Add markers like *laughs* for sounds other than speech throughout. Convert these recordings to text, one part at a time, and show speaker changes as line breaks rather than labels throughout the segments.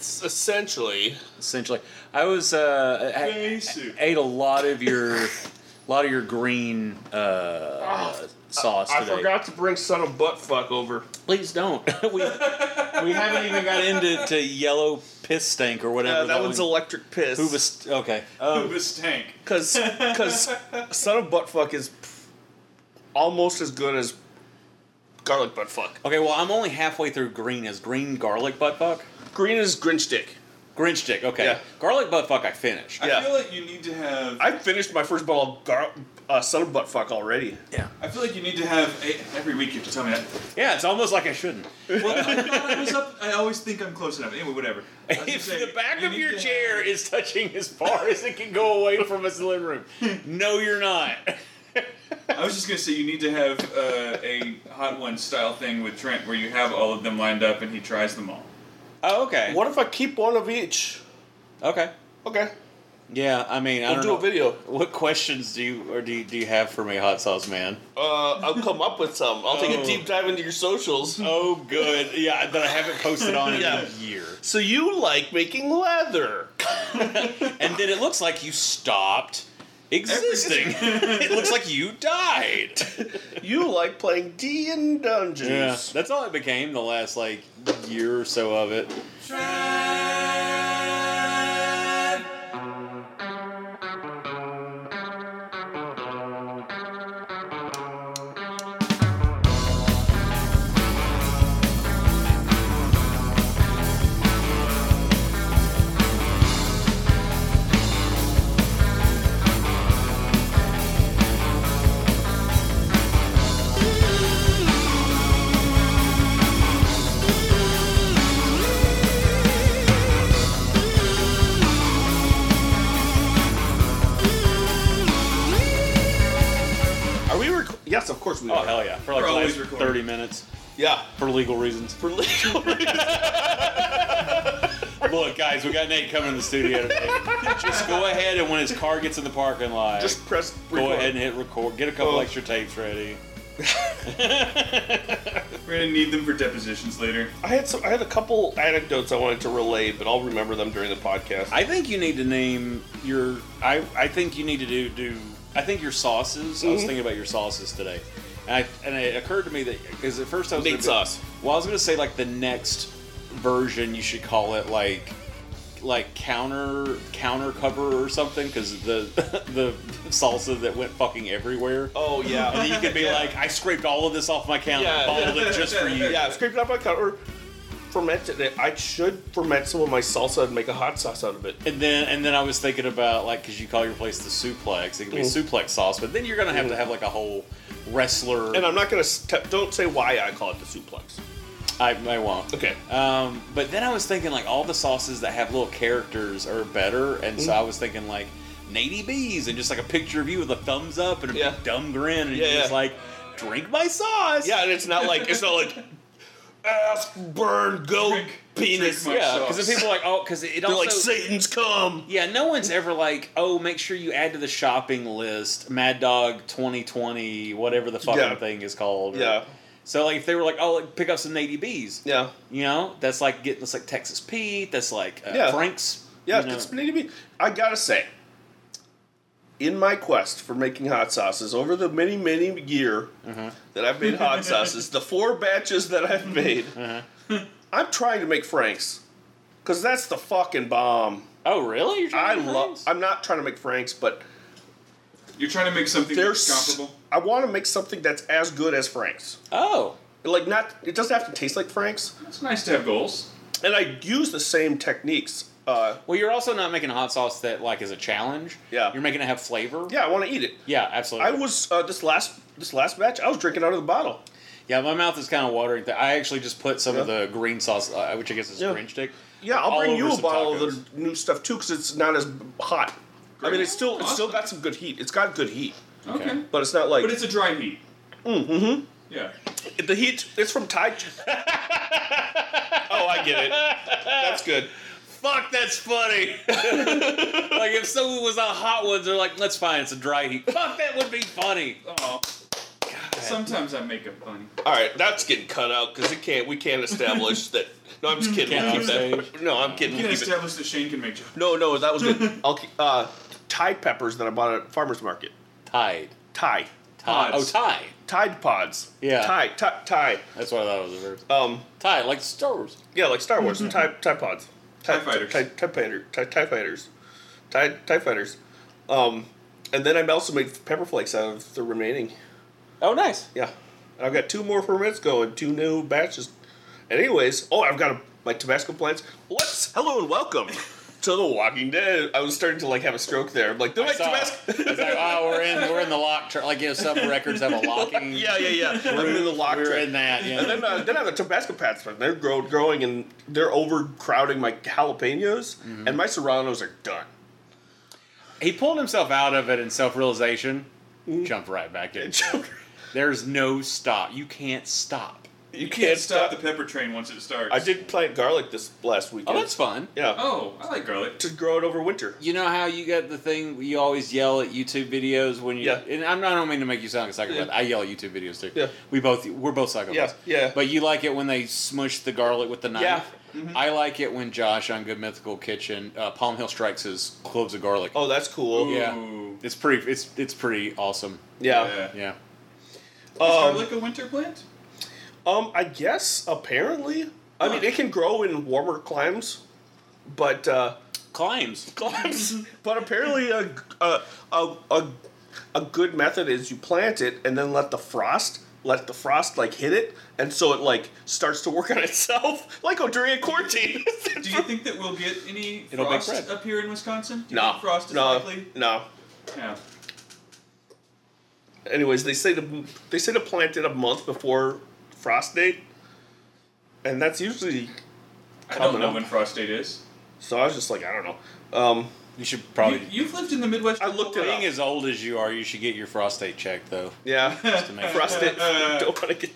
S- Essentially,
essentially. I was uh, I- I-
Basic.
ate a lot of your lot of your green uh, sauce
I
today.
forgot to bring son of butt fuck over.
Please don't. we we haven't even got into *laughs* to yellow piss stank or whatever.
Uh, that one's electric piss.
who was okay. Um,
Tank.
Because because son of butt fuck is almost as good as garlic butt fuck.
okay, well I'm only halfway through green. Is green garlic butt fuck?
Green is Grinch dick.
Grinch stick. Okay,
Yeah.
garlic butt fuck. I finished.
Yeah.
I feel like you need to have.
I finished my first bottle of gar- uh, son of butt fuck already.
I feel like you need to have a, every week. You have to tell me that.
Yeah, it's almost like I shouldn't.
I was up. I always think I'm close enough. Anyway, whatever. I was
If
just saying,
the back
you
of
need
your
to
chair
have-
is touching as far as it can go away from us in the living room, no, you're not.
I was just gonna say you need to have uh, a hot one style thing with Trent, where you have all of them lined up and he tries them all.
Oh, okay.
What if I keep one of each?
Okay.
Okay.
Yeah, I mean, I
We'll
don't
do
know.
a video.
What questions do you or do you, do you have for me, Hot Sauce Man?
Uh, I'll come up with some. I'll take
Oh.
a deep dive into your socials.
Oh, good. Yeah, that I haven't posted on *laughs* in
Yeah.
a year.
So you like making leather?
And then it looks like you stopped existing. *laughs* it looks like you died.
You like playing D and Dungeons?
Yeah, that's all it became the last like year or so of it.
Are we? Rec- yes, of course we
Oh
are.
hell yeah! For like
We're
the
always
last
recording.
thirty minutes
Yeah.
for legal reasons.
For legal reasons.
Look, guys, we got Nate coming in the studio today. Just go ahead and when his car gets in the parking
*laughs*
lot,
Just press.
go
record.
ahead and hit record. Get a couple
Oh.
extra tapes ready.
We're gonna need them for depositions later.
I had some. I had a couple anecdotes I wanted to relay, but I'll remember them during the podcast.
I think you need to name your. I, I think you need to do do. I think your sauces.
Mm-hmm.
I was thinking about your sauces today, and I, and it occurred to me that because at first I was
Meat
gonna be-
sauce.
Well, I was gonna say like the next version you should call it like like counter counter cover or something because the *laughs* the salsa that went fucking everywhere.
oh
*laughs* And
*laughs*
then
yeah.
you could be like, I scraped all of this off my counter,
Yeah.
bottled it just for you.
yeah. Scraped it up my cover. Fermented it. I should ferment some of my salsa and make a hot sauce out of it.
And then, and then I was thinking about like because you call your place the suplex, it could be
Mm.
suplex sauce, but then you're gonna have to have like a whole wrestler.
And I'm not gonna. St- don't say why I call it the suplex.
I, I won't.
Okay.
Um, but then I was thinking like all the sauces that have little characters are better, and
Mm.
so I was thinking like Nady Bees and just like a picture of you with a thumbs up and a
Yeah.
big dumb grin, and
Yeah,
you're just
yeah.
like, drink my sauce.
Yeah, and it's not like it's not like ass burn go penis.
drink my
Yeah,
sauce.
because then people are like, oh, because it
They're
also
like Satan's come.
Yeah, no one's ever like, oh, make sure you add to the shopping list Mad Dog 2020, whatever the fucking
Yeah.
thing is called. or-
Yeah.
So like, if they were like, oh, like, pick up some Nady Bees.
Yeah.
You know, that's like getting that's like Texas Pete. That's like uh,
Yeah.
Frank's.
Yeah,
you know.
it's been to me. I gotta say, in my quest for making hot sauces over the many, many year
Uh-huh.
that I've made
*laughs*
hot sauces, the four batches that I've made,
Uh-huh.
I'm trying to make Frank's because that's the fucking bomb.
oh really? You're
I
trying to do
love.
Frank's?
I'm not trying to make Frank's, but
You're trying to make something
there's.
that's comparable.
I want to make something that's as good as Frank's.
Oh,
Like not. It doesn't have to taste like Frank's.
It's nice to have goals.
and I use the same techniques. Uh,
well, you're also not making a hot sauce that like is a challenge.
Yeah.
You're making it have flavor.
yeah, I want to eat it.
Yeah, absolutely.
I was uh, this last this last batch. I was drinking out of the bottle.
Yeah, my mouth is kind of watering. Th- I actually just put some of the green sauce, uh, which I guess is
Yeah.
green stick.
Yeah, I'll
all
bring
over
you a
some
bottle
tacos.
of the new stuff too, because it's not as hot. I mean, it's still it's still
Awesome.
got some good heat. It's got good heat,
Okay.
but it's not like
But it's a dry heat. Mm-hmm. Yeah.
the heat. It's from Thai.
*laughs*
oh, I get it. That's good.
Fuck, that's funny. like if someone was on hot ones, they're like, "That's fine, it's a dry heat." Fuck, that would be funny.
Oh. Sometimes I make up funny.
*laughs* All right, that's getting cut out because it can't. We can't establish that. No, I'm just kidding.
Can't
We'll keep
upstage.
that. No, I'm kidding.
You can
We'll keep it.
establish that Shane can make jokes.
No, no, that was
*laughs*
good. I'll keep, uh, Thai peppers that I bought at farmers market.
Tide.
Thai,
Tide. Oh,
Pods.
tide.
Tide pods.
Yeah.
Thai, Thai, Thai.
That's what I thought it was a verb.
Um,
Tide, like Star Wars.
Yeah, like Star Wars.
Mm-hmm.
Tie, tie pods.
TIE fighters.
Tie, tie, fighter, tie, tie fighters. Tie, tie fighters. Um, and then I also made pepper flakes out of the remaining.
Oh, nice.
Yeah. And I've got two more permits going, two new batches. And anyways, oh, I've got a, my Tabasco plants. What's hello and welcome to The Walking Dead. I was starting to like have a stroke there. I'm like, they're
I
my
saw it.
Tabasco. *laughs*
It's like, oh, we're in, we're in the lock. Tra- like, you know, some records have a *laughs* locking.
yeah, yeah, yeah. I'm in the lock
we were
track.
in that. Yeah.
And then, uh, then I have a Tabasco patch, but they're grow- growing and they're overcrowding my jalapenos,
Mm-hmm.
and my serranos are done.
he pulled himself out of it in self-realization. Jumped right back *laughs* in. There's no stop. You can't stop.
you
You can't stop the pepper train once it starts.
I did plant garlic this last weekend.
Oh, that's fun.
Yeah,
Oh, I like garlic.
to grow it over winter.
You know how you got the thing where you always yell at YouTube videos when you
Yeah.
and I'm not I don't mean to make you sound like a psychopath.
Yeah.
I yell at YouTube videos too.
Yeah.
We both we're both psychopaths.
Yeah, yeah.
But you like it when they smush the garlic with the knife. Mm-hmm.
Yeah.
I like it when Josh on Good Mythical Kitchen, uh, Palm Hill strikes his cloves of garlic.
Oh, that's cool.
yeah.
Ooh.
It's pretty it's it's pretty awesome.
Yeah.
Yeah.
Is
Um,
garlic a winter plant?
um, I guess apparently, I mean, it can grow in warmer climes, but uh,
Climbs.
climes. *laughs* but apparently, a, a a a a good method is you plant it and then let the frost let the frost like hit it, and so it like starts to work on itself, *laughs* like oh, during a quarantine. *laughs*
Do you think that we'll get any
It'll make
frost
bread.
up here in Wisconsin? Do you
no,
think frost is
no,
likely?
no.
Yeah.
Anyways, they say to they say to plant it a month before frost date, and that's usually
I
Coming
don't know
up.
when frost date is.
so. I was just like, I don't know. Um,
You should probably
You, have lived in the Midwest.
I looked it
being
up.
as old as you are, you should get your frost date
*laughs*
checked though. *laughs*
yeah,
to make
frost
sure.
date. *laughs* don't want to get.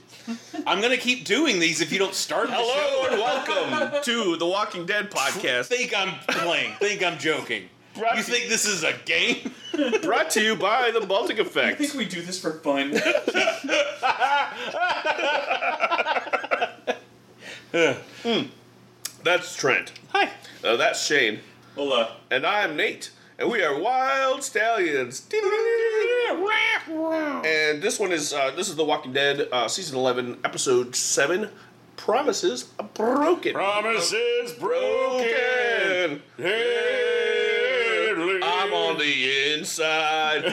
I'm gonna keep doing these if you don't start the show.
Hello and welcome to the Walking Dead podcast.
Think I'm playing. think I'm joking.
Right.
You think this is a game?
Brought to you by the Baltic
I think
*laughs* Effect.
we do this for fun.
That's Trent.
Hi.
Uh, that's Shane.
Hola.
And I'm Nate. And we are Wild Stallions. And this one is uh, this is The Walking Dead uh, season eleven episode seven. Promises broken.
Promises broken.
broken. I'm on the inside.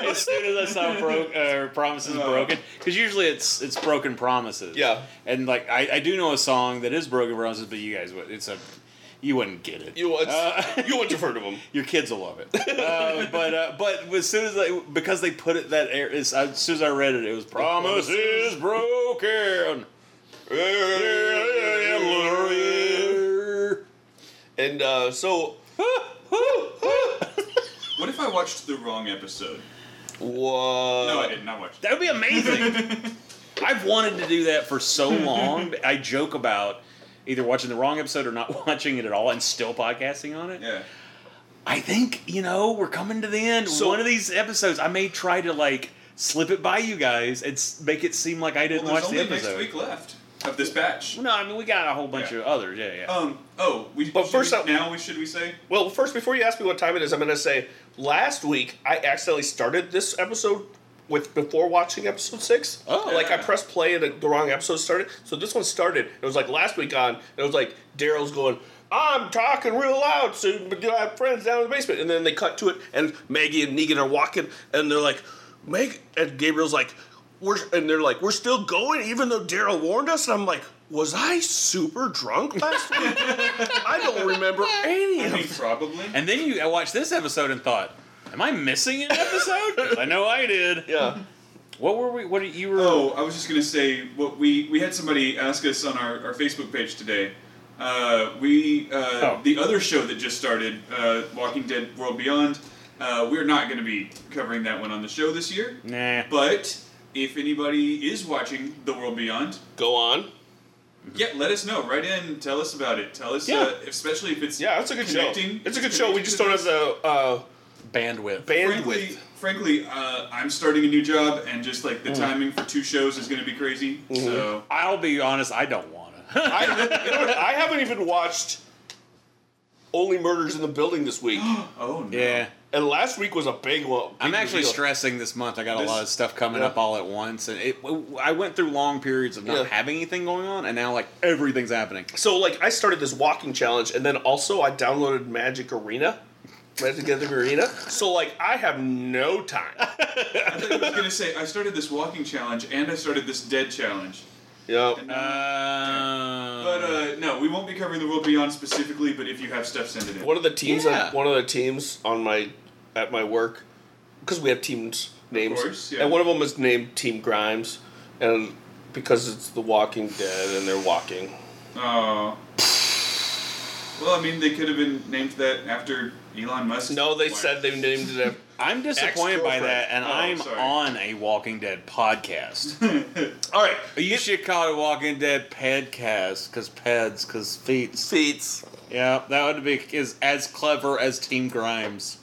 As soon as I saw broke, uh, promises broken, because usually it's it's broken promises.
Yeah.
And like I, I do know a song that is broken promises, but you guys would it's a you wouldn't get it. Uh,
you want you want your heard of them?
Your kids will *laughs* love it. uh, but uh, but as soon as I because they put it that air as, as soon as I read it, it was promises broken. *laughs*
And uh, so
What if I watched the wrong episode?
what?
No, I didn't. I watched.
That would be amazing.
*laughs*
I've wanted to do that for so long. I joke about either watching the wrong episode or not *laughs* watching it at all and still podcasting on it.
it. Yeah.
I think, you know, we're coming to the end.
So-
One of these episodes, I may try to like slip it by you guys and s- make it seem like I didn't
Well, there's
watch the
only next
episode.
week left of this batch.
No, I mean, we got a whole bunch
Yeah.
of others. Yeah, yeah.
Um. Oh. We.
But
should
first
we-
I-
now we should we say?
Well, first, before you ask me what time it is, I'm going to say last week I accidentally started this episode with before watching episode six.
Oh.
like I pressed play and the wrong episode started. So this one started. It was like last week on. And it was like Daryl's going, "I'm talking real loud, so you know, I have friends down in the basement." And then they cut to it, and Maggie and Negan are walking, and they're like, "Meg," and Gabriel's like, "We're," and they're like, "We're still going, even though Daryl warned us." And I'm like. Was I super drunk last week? I don't remember any
I
of *laughs*
mean, probably.
and then you I
*laughs*
watched this episode and thought, am I missing an episode? 'Cause I know I did.
Yeah.
What were we? What are- you were?
Oh, I was just gonna say what we we had somebody ask us on our, our Facebook page today. Uh, we uh,
Oh.
the other show that just started, uh, Walking Dead World Beyond. Uh, we're not going to be covering that one on the show this year.
Nah.
But if anybody is watching The World Beyond,
Go on.
yeah, let us know. Write in, tell us about it. Tell us,
Yeah.
uh, especially if it's
Yeah, that's a good
connecting,
show. It's a good show. We just don't have the uh,
bandwidth.
Frankly,
bandwidth.
frankly, uh, I'm starting a new job, and just like
Mm.
the timing for two shows is going to be crazy.
Mm-hmm.
So
I'll be honest. I don't want *laughs* to.
I, you know what? I haven't even watched Only Murders in the Building this
*gasps*
week,
oh no.
yeah.
and last week was a big one.
I'm actually
stressed.
stressing this month. I got
This-
a lot of stuff coming
yeah.
up all at once, and it, I went through long periods of not
Yeah.
having anything going on, and now like everything's happening.
So like I started this walking challenge and then also I downloaded Magic Arena. Magic Gathering Arena. So like I have no time.
*laughs* I was gonna say I started this walking challenge and I started this dead challenge.
Yep.
Uh,
Um,
But uh, no, we won't be covering the world beyond specifically. But if you have stuff, send it in.
One of the teams
Yeah.
on, one of the teams on my at my work because we have teams names.
course, yeah.
And one of them is named Team Grimes and because it's the Walking Dead and they're walking.
Oh. Well, I mean, they could have been named that after Elon Musk.
No, they
Why-
said they named it after
I'm disappointed by that, and
Oh,
I'm
sorry.
on a Walking
*laughs*
Dead podcast.
*laughs* All right.
you should call it Walking Dead Pedcast, because peds, because feet.
Seats.
Yeah, that would be is as clever as Team Grimes.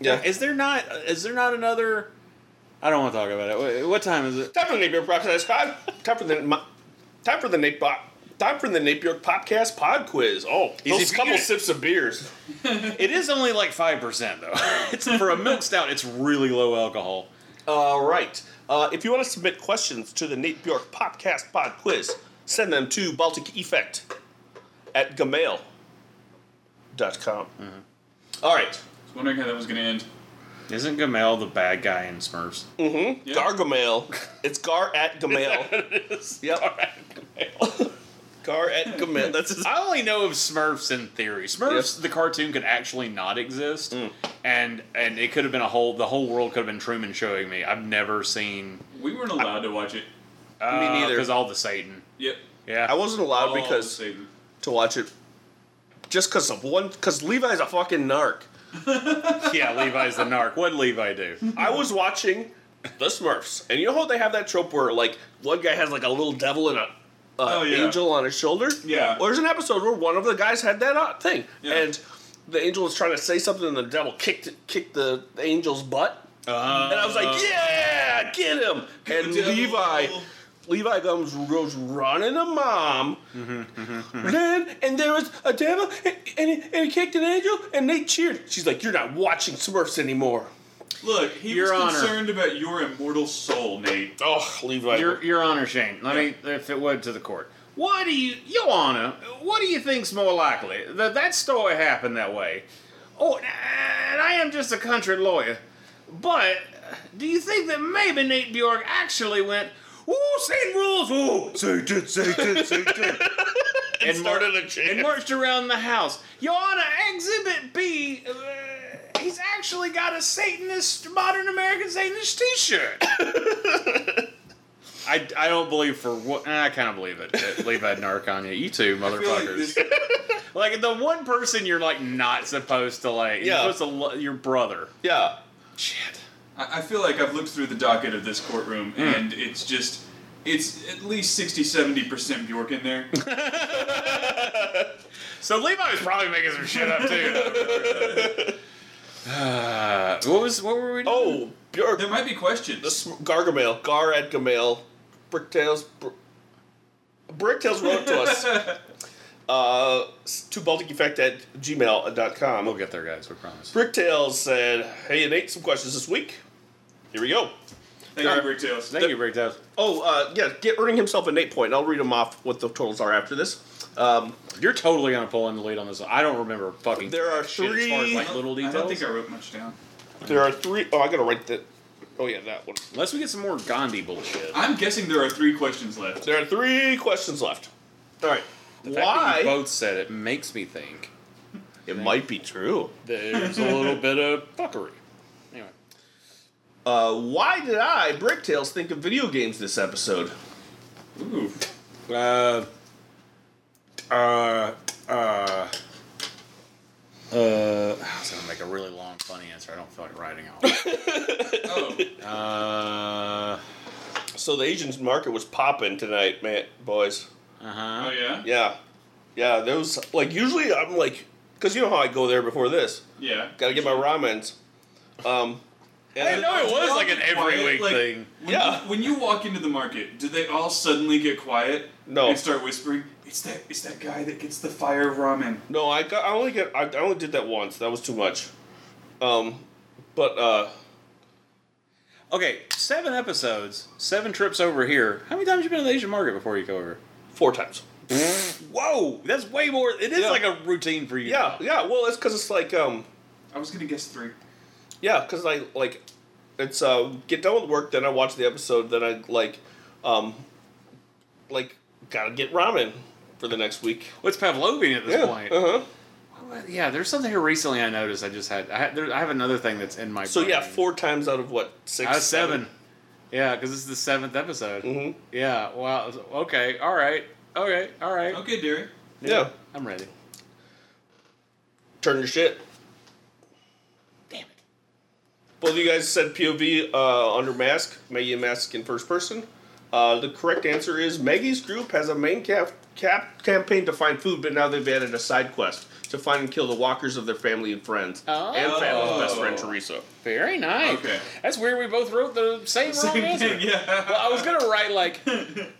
Yeah.
Is there not? Is there not another? I don't want to talk about it. Wait, What time is it?
Time for the Napier Podcast. Pod. Time for the my, time for the Nate Bo- Time for the Napier Podcast Pod Quiz. Oh,
Easy
those couple
peasy.
sips of beers.
It is only like five percent though. *laughs* it's for a milk stout. It's really low alcohol.
All right. Uh, if you want to submit questions to the Nate Bjork Podcast Pod Quiz, send them to Baltic Effect at gmail.com.
Mm-hmm.
All right.
I was wondering how that was gonna end.
Isn't Gamel the bad guy in Smurfs?
Gargamel. It's gar
*laughs*
at gmail. Yep. *laughs* Gar at gmail. That's his.
I only know of Smurfs in theory. Smurfs, the cartoon, could actually not exist, and and it could have been a whole. The whole world could have been Truman showing me. I've never seen
We weren't allowed to watch it.
uh, Oh,
Me neither.
because all the Satan.
Yep.
Yeah,
I wasn't allowed
All the
because
same.
to watch it just because of one because levi's a fucking narc
yeah. *laughs* Levi's the narc. What Levi do?
i was watching the smurfs and you know how they have that trope where like one guy has like a little devil and a uh,
Oh, yeah.
angel on his shoulder
Yeah.
well, there's an episode where one of the guys had that uh, thing
Yeah.
and the angel was trying to say something and the devil kicked kicked the angel's butt and i was like yeah get him and
Oh. the devil.
levi Levi comes goes running to mom.
Mm-hmm,
Then and there was a devil and, and, he- and he kicked an angel and they cheered. She's like, "You're not watching Smurfs anymore."
Look, he
Your
was
Honor.
concerned about your immortal soul, Nate.
Oh, Levi.
Your Your Honor, Shane. Let me, if it would, to the court. What do you, Your Honor? What do you think's more likely that that story happened that way? Oh, and I am just a country lawyer, but do you think that maybe Nate Bjork actually went? Ooh, Satan rules! Ooh, Satan,
*laughs*
Satan, Satan! and,
started a chant.
and marched around the house. Your Honor, Exhibit B. Uh, he's actually got a Satanist, modern American Satanist T-shirt. *laughs* I, I don't believe for what I kind of believe it. that Levi Narc on you, you two
I feel like
motherfuckers.
this-
Like, the one person you're like not supposed to like.
Yeah.
You're supposed to lo- your brother.
yeah.
Shit.
I I feel like I've looked through the docket of this courtroom,
Hmm.
and it's just. It's at least 60 70% Bjork in there.
So Levi was probably making some shit up too. *laughs* *sighs* Uh, what was what were we? Doing?
Oh, Bjork.
there might be questions.
the Sm- Gargamel, Gar Edgamel, Bricktails, Br- Bricktails wrote to
*laughs*
us. Uh, s- to Baltic Effect at gmail.com.
we'll get there, guys. We promise.
Bricktails said, "Hey, Nate, some questions this week. Here we go."
Thank you, Bricktails.
Thank you, Breakdowns.
Oh, uh, yeah, get earning himself an eight point. I'll read them off what the totals are after this. Um,
You're totally gonna pull in the lead on this. one. I don't remember fucking.
There are
shit as far as,
three-
like little
I
details.
don't think I wrote much down.
there are three oh I gotta write that. Oh yeah, that one.
Unless we get some more Gandhi bullshit.
I'm guessing there are three
*laughs*
questions left.
There are three questions left. All right.
The fact that you
Why?
both said it makes me think.
It might be true.
there's a little bit of fuckery. Anyway.
Uh, why did I, Bricktails, think of video games this episode?
Ooh.
Uh, uh, uh, uh, *sighs* I was gonna make a really long, funny answer. I don't feel like writing *laughs* all.
Oh.
uh,
So the Asian market was popping tonight, man, boys.
Oh
uh-huh.
yeah.
Yeah, yeah. There was like usually I'm like, cause you know how I go there before this.
Yeah.
Gotta get my ramens. Um, and
I know it was like an every
Quiet,
week
like,
thing.
When
Yeah.
You, when you walk into the market, do they all suddenly get quiet?
No.
And start whispering, "It's that. It's that guy that gets the fire ramen."
No, I got. I only get. I, I only did that once. That was too much. Um, but uh,
Okay, seven episodes, seven trips over here. How many times you been to the Asian market before you go over?
four times.
Whoa, that's way more. It is
Yeah.
like a routine for you.
Yeah,
now.
yeah. Well, it's cause it's like um,
I was gonna guess three.
yeah, cause I like, it's uh, get done with work, then I watch the episode, then I like, um, like gotta get ramen for the next week.
Well, it's Pavlovian at this
Yeah.
point.
Uh huh.
Well, Yeah, there's something here recently I noticed. I just had I, had, there, I have another thing that's in my.
So
brain.
yeah, four times out of what six?
out of seven. Yeah, because this is the seventh episode.
Mhm.
Yeah. Wow. Okay. All right. Okay. All right.
Okay, Derek.
Yeah.
I'm ready.
Turn your shit. Damn it. Both of you guys said POV uh, under mask, Maggie and mask in first person. Uh, the correct answer is Maggie's group has a main cap, cap campaign to find food, but now they've added a side quest to find and kill the walkers of their family and friends,
Oh.
and family's best friend Teresa.
Very nice.
Okay.
That's weird. We both wrote the same, wrong
Same
answer.
thing, yeah.
Well, I was gonna write like,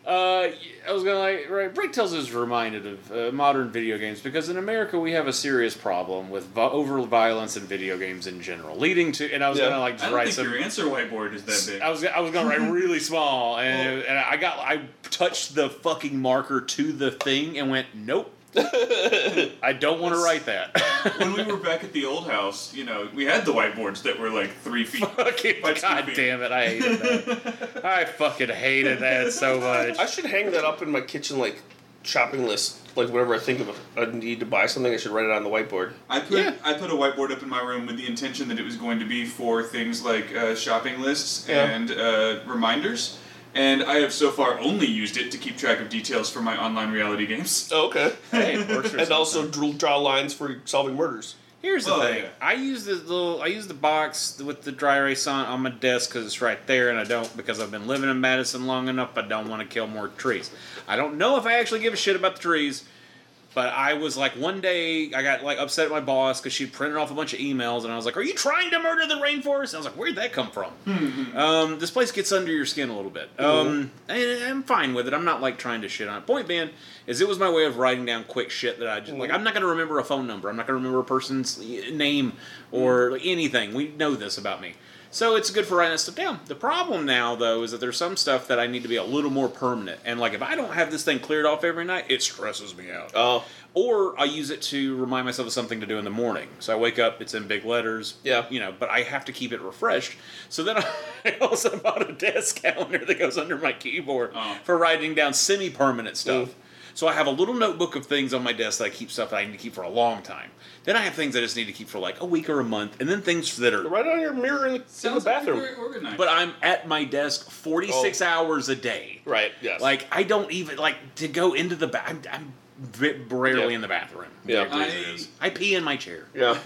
uh, I was gonna like write. Bricktails is reminded of uh, modern video games because in America we have a serious problem with vo- over violence in video games in general, leading to. And I was
Yeah.
gonna like
I
just
don't
write
think
some.
your answer whiteboard is that big.
I was I was gonna write really small, and and I got I touched the fucking marker to the thing and went nope. I don't want to write that. *laughs*
when we were back at the old house, you know, we had the whiteboards that were like three feet.
*laughs* Fucking
by two
god
feet.
damn it! I hated that. I fucking hated that so much.
I should hang that up in my kitchen, like shopping list. Like whenever I think of a, a need to buy something, I should write it on the whiteboard.
I put I put a whiteboard up in my room with the intention that it was going to be for things like uh, shopping lists
Yeah.
and uh, reminders, and I have so far only used it to keep track of details for my online reality games.
Oh, okay.
Hey, it works for
and
something.
also dr- draw lines for solving murders.
Here's the
Oh,
thing.
yeah.
I use this little. I use the box with the dry erase on on my desk because it's right there, and I don't because I've been living in Madison long enough. I don't want to kill more trees. I don't know if I actually give a shit about the trees, but I was like one day I got like upset at my boss because she printed off a bunch of emails, and I was like, "Are you trying to murder the rainforest?" And I was like, "Where'd that come from?" um, this place gets under your skin a little bit. Um, and I'm fine with it. I'm not like trying to shit on it. Point being is it was my way of writing down quick shit that I just like. I'm not gonna remember a phone number. I'm not gonna remember a person's y- name or like, anything. We know this about me. So it's good for writing that stuff down. The problem now, though, is that there's some stuff that I need to be a little more permanent. And like, if I don't have this thing cleared off every night, it stresses me out
Oh,
or I use it to remind myself of something to do in the morning. So I wake up, it's in big letters.
Yeah.
You know, but I have to keep it refreshed. So then *laughs* I also bought a desk *laughs* calendar that goes under my keyboard
Oh.
for writing down semi permanent stuff. So I have a little notebook of things on my desk that I keep stuff that I need to keep for a long time. Then I have things I just need to keep for like a week or a month, and then things that are.
right Uh, on your mirror in the, in the
Sounds
bathroom.
Like you're very organized.
But I'm at my desk 46 hours a day.
Oh. Right. Yes.
Like I don't even like to go into the bath. I'm, I'm b- rarely
Yeah.
in the bathroom.
Yeah.
It really is. I pee in my chair.
Yeah.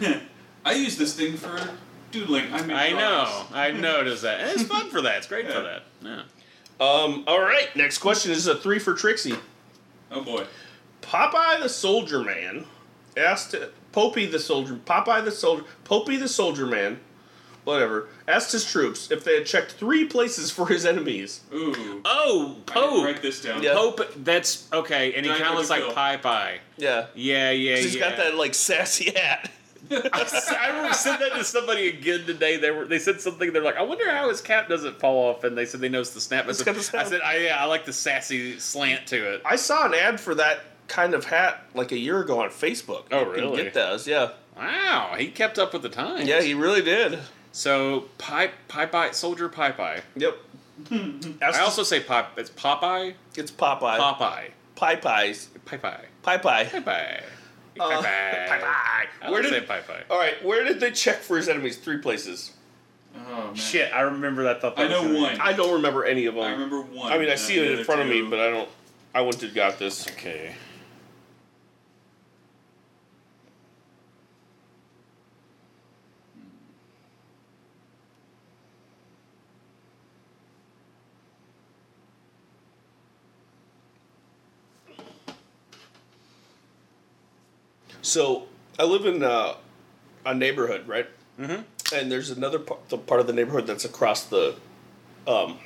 I use this thing for doodling. I, make
I know.
drawings.
I noticed that. And it's fun for that. It's great for
Yeah.
that. Yeah.
um. All right. Next question is a three for Trixie.
Oh boy.
Popeye the Soldier Man asked Popey the Soldier Popeye the Soldier Popey the Soldier Man, whatever, asked his troops if they had checked three places for his enemies.
Ooh.
Oh,
I didn't
Pope.
write this down. Oh,
Yeah.
Pope. That's okay. And he
Did I
kind of
make
looks
a
like
bill?
Pie Pie.
Yeah.
Yeah, yeah,
He's
yeah.
got that like sassy hat.
I remember said that to somebody again today. They were they said something. They're like, I wonder how his cap doesn't fall off. And they said they noticed the snap. I
It's
said,
got the snap.
I, said I, yeah, I like the sassy slant to it.
I saw an ad for that kind of hat like a year ago on Facebook.
Oh,
You can
really?
get those, yeah.
Wow, he kept up with the times.
Yeah, he really did.
So pie pie pie soldier pie pie.
Yep. Asked
I
his-
also say pop. It's Popeye.
it's Popeye.
Popeye.
Pie pies.
Pie pie.
Pie pie.
Pie pie.
Uh,
Pie pie.
Pie pie.
I
Where did
would say pie pie.
All right, where did they check for his enemies? Three places.
Shit, I remember. I thought. That
I know
was gonna-
one.
I don't remember any of them.
I remember one.
I mean, I
and
see
the
it in
other
front of
two-
me, but I don't. I wouldn't have got this.
Okay.
So I live in uh, a neighborhood, right? Mm-hmm. And there's another par- the part of the neighborhood that's across the, um,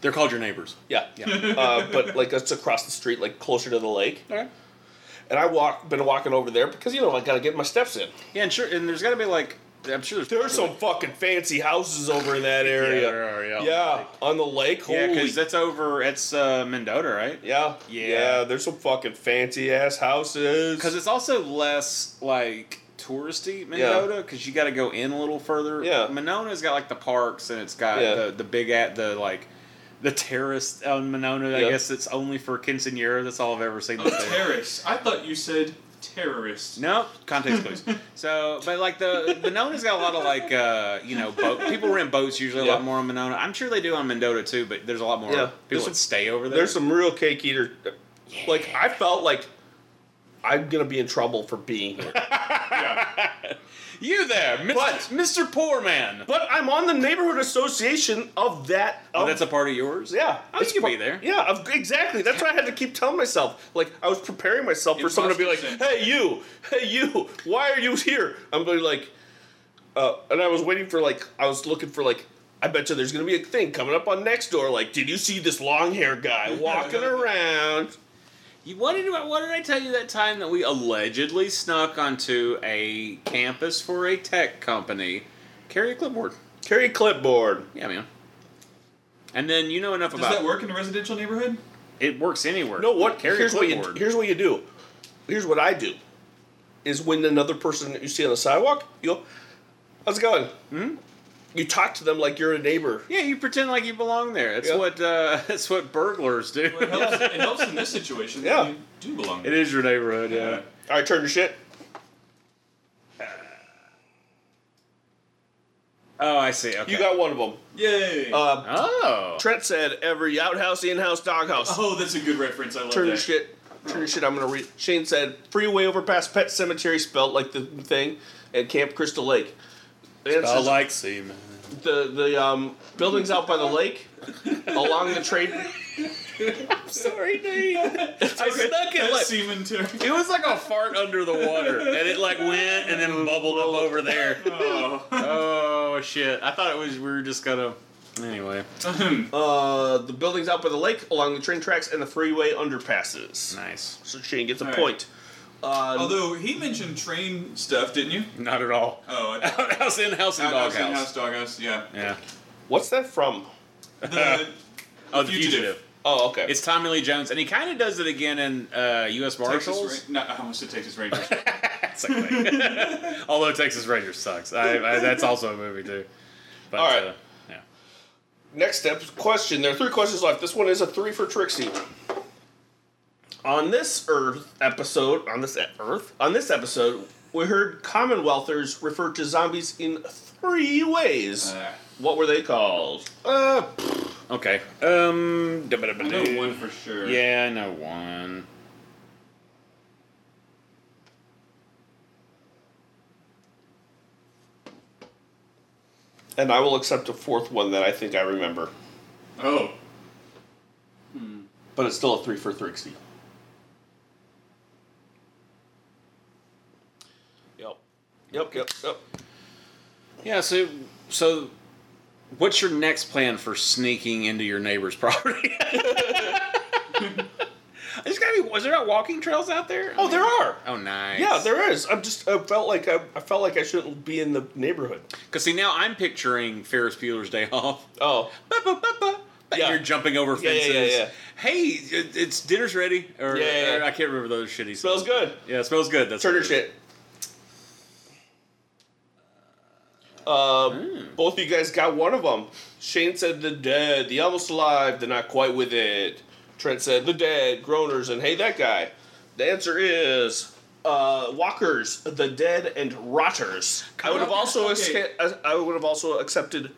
They're called your neighbors.
yeah, yeah. *laughs* uh, but like it's across the street, like closer to the lake.
Okay.
And I walk, been walking over there because you know I gotta get my steps in.
Yeah, and sure, and there's got to be like, I'm sure there's
There's some fucking fancy houses over in that area.
there are, yeah, on the lake.
on the lake. Holy
*laughs* Yeah, because that's over. It's uh, Mendota, right?
yeah,
Yeah.
yeah. There's some fucking fancy ass houses.
Because it's also less like touristy Mendota because you got to go in a little further.
Yeah.
Monona's got like the parks and it's got
Yeah.
the the big at the like the terrace on Monona.
Yeah.
I guess it's only for quinceanera. That's all I've ever seen.
Oh,
that's there.
terrorist. I thought you said terrorist.
No context
*laughs*
clues. so, but like the Monona's got a lot of like uh you know boat people rent boats usually a
Yeah.
lot more on Monona. I'm sure they do on Mendota too, but there's a lot more
Yeah. There's
people
some-
that stay over there.
There's some real cake eater. Like I felt like I'm gonna be in trouble for being here,
you there, Mr.
But-
Mr. Poor Man.
but I'm on the neighborhood association of that.
Oh,
of-
that's a part of yours.
yeah.
oh, you
It's
can
pro-
be there.
Yeah, of- exactly. That's what I had to keep telling myself. Like I was preparing myself for someone to be like,
Imposter
"Hey you, hey you, why are you here?" I'm going like, uh, and I was waiting for like I was looking for like. I bet you there's gonna be a thing coming up on next door. Like, did you see this long hair guy
*laughs*
walking around?
You, what did what did I tell you that time that we allegedly snuck onto a campus for a tech company? Carry a clipboard.
Carry a clipboard.
Yeah, man. And then you know enough
Does
about
that work in a residential neighborhood?
it works anywhere.
No, what?
Carry
here's
a
what you
clipboard.
here's what you do. Here's what I do. Is when another person that you see on the sidewalk, you go, "How's it going?" Mm-hmm.
Hmm?
You talk to them like you're a neighbor.
yeah, you pretend like you belong there. That's
Yeah.
what uh, *laughs* that's what burglars do.
Well, it, helps, it helps in this situation.
Yeah.
That you do belong.
it is your neighborhood. Yeah.
All right, turn your shit.
*laughs* Oh, I see. Okay.
You got one of them.
Yay!
oh.
Trent said, "Every outhouse, in-house, doghouse."
oh, that's a good reference. I love
Turn
that.
your shit. Turn your shit. I'm gonna read. Shane said, "Freeway overpass, pet cemetery, spelled like the thing, and Camp Crystal Lake." Vance
I
says,
like *laughs* semen.
the the um, buildings out by the
*laughs*
lake, along the trade.
Sorry, Nate. I snuck it
That's
like
semen terror.
It was like a fart under the water, and it like went and then bubbled up over there.
Oh.
*laughs* Oh shit! I thought it was we were just gonna. Anyway, *laughs* Um,
Uh, the buildings out by the lake, along the train tracks, and the freeway underpasses.
nice.
So Shane gets a
Alright.
point.
Although he mentioned train stuff, didn't you?
Not at all.
Oh,
*laughs*
I thought
House in house in
doghouse,
doghouse.
house, doghouse. Yeah.
Yeah.
What's that from?
*laughs*
The,
Oh, the
Fugitive.
fugitive.
Oh, okay.
It's Tommy Lee Jones, and he kind of does it again in uh, U.S.
Texas
Marshals.
Ra- no, I almost said Texas Rangers.
*laughs*
*laughs*
Exactly. Although Texas Rangers sucks, I, I, that's also a movie too. But,
All right.
Uh, yeah.
Next step question. There are three questions left. This one is a three for Trixie. On this Earth episode, on this e- Earth, on this episode, we heard Commonwealthers refer to zombies in three ways.
Uh,
what were they called?
Uh, okay. Um.
I know one for sure.
Yeah, I know one.
And I will accept a fourth one that I think I remember,
Oh.
but it's still a three for Trixie. Yep. Yep. Yep. Yep.
Yeah, so so what's your next plan for sneaking into your neighbor's *laughs* property? There's gotta be was there not walking trails out there?
Oh, there are.
Oh, nice.
Yeah, there is. I'm just. I felt like I, I felt like I shouldn't be in the neighborhood.
Because see, now I'm picturing Ferris Bueller's Day Off.
Oh,
Ba, ba, ba, ba. But
Yeah.
You're jumping over
Yeah, yeah,
fences.
yeah, yeah.
Hey, it- it's dinner's ready. Or,
Yeah, yeah, yeah.
or I can't remember those shitty.
smells good.
Yeah, it smells good. That's
Turn
what
your
it is.
shit. Uh,
Hmm.
both of you guys got one of them. Shane said the dead, the almost alive, they're not quite with it. Trent said the dead, groaners, and hey that guy. The answer is uh, walkers, the dead, and rotters. I would have also
Okay.
esca- I would have also accepted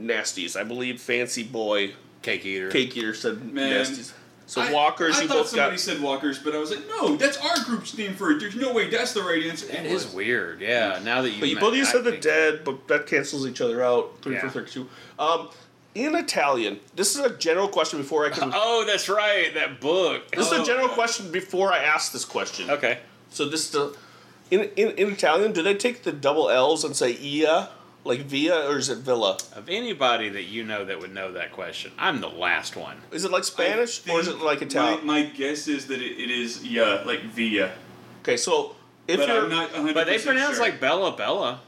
nasties. I believe Fancy Boy
Cake eater.
Cake Eater said
Man.
nasties. So
I-
walkers,
I
you
thought
both
somebody
got.
said walkers, but I was like, no, that's our group's name for it. There's no way that's the right answer.
It is weird, yeah. Now that you,
But you both you said the
the
dead, but that cancels each other out. Three for
Yeah.
thirty-two. Um, in Italian, this is a general question before I
*laughs*
can.
Oh, that's right. That book.
This is a
Oh.
general question before I ask this question.
Okay.
So this is the in, in in Italian. Do they take the double L's and say ia like via, or is it villa?
Of anybody that you know that would know that question, I'm the last one.
Is it like Spanish
I
or is
think
it like Italian?
My, my guess is that it, it is yeah, like via.
okay, so if
But
you're
I'm not 100
But they pronounce
sure.
like Bella Bella.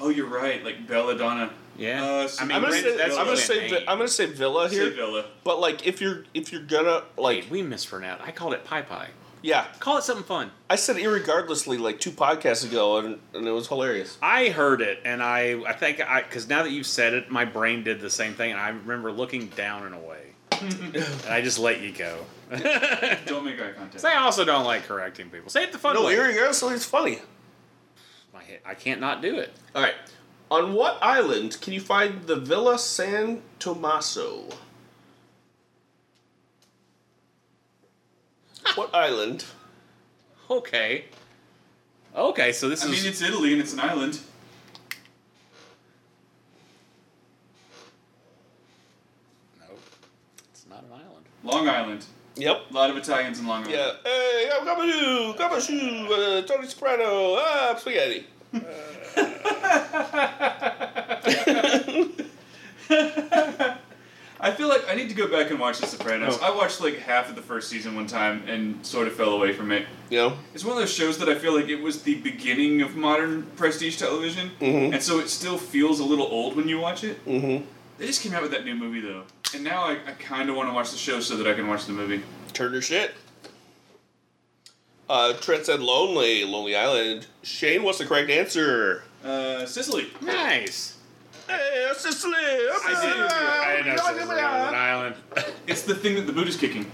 Oh, you're right, like Belladonna.
Yeah.
Uh, so
I mean,
I'm gonna
Brandon,
say
that's
I'm gonna
what
say
it
vi-
means.
I'm gonna say villa
Say
here.
villa.
But like if you're if you're gonna like
Wait, we mispronounced. I called it Pie Pie.
yeah,
Call it something fun.
I said irregardlessly like two podcasts ago and, and it was hilarious.
I heard it, and I I think I because now that you've said it, my brain did the same thing, and I remember looking down and away, and I just let you go.
Don't make eye contact.
'Cause I also don't like correcting people. Say it the fun
No,
way.
irregardlessly it's funny.
My head- I can't not do it.
All right. On what island can you find the Villa San Tommaso? what island?
Okay. Okay, so this
I
is
mean, it's Italy and it's an island.
no, it's not an island.
Long Island.
Yep.
A lot of Italians in Long Island.
Yeah. Hey, I'm coming to coming to uh, Tony Soprano. Ah, spaghetti.
I feel like I need to go back and watch The Sopranos. I watched like half of the first season one time and sort of fell away from it.
You know.
It's one of those shows that I feel like it was the beginning of modern prestige television, and so it still feels a little old when you watch it. Mm-hmm. They just came out with that new movie though, and now I, I kind of want to watch the show so that I can watch the movie.
Turner shit. Uh, Trent said lonely, lonely island. Shane, what's the correct answer?
Uh, Sicily.
Nice.
Hey, Sicily. Ah,
I didn't, I didn't know this was an island. *laughs*
It's the thing that the boot is kicking.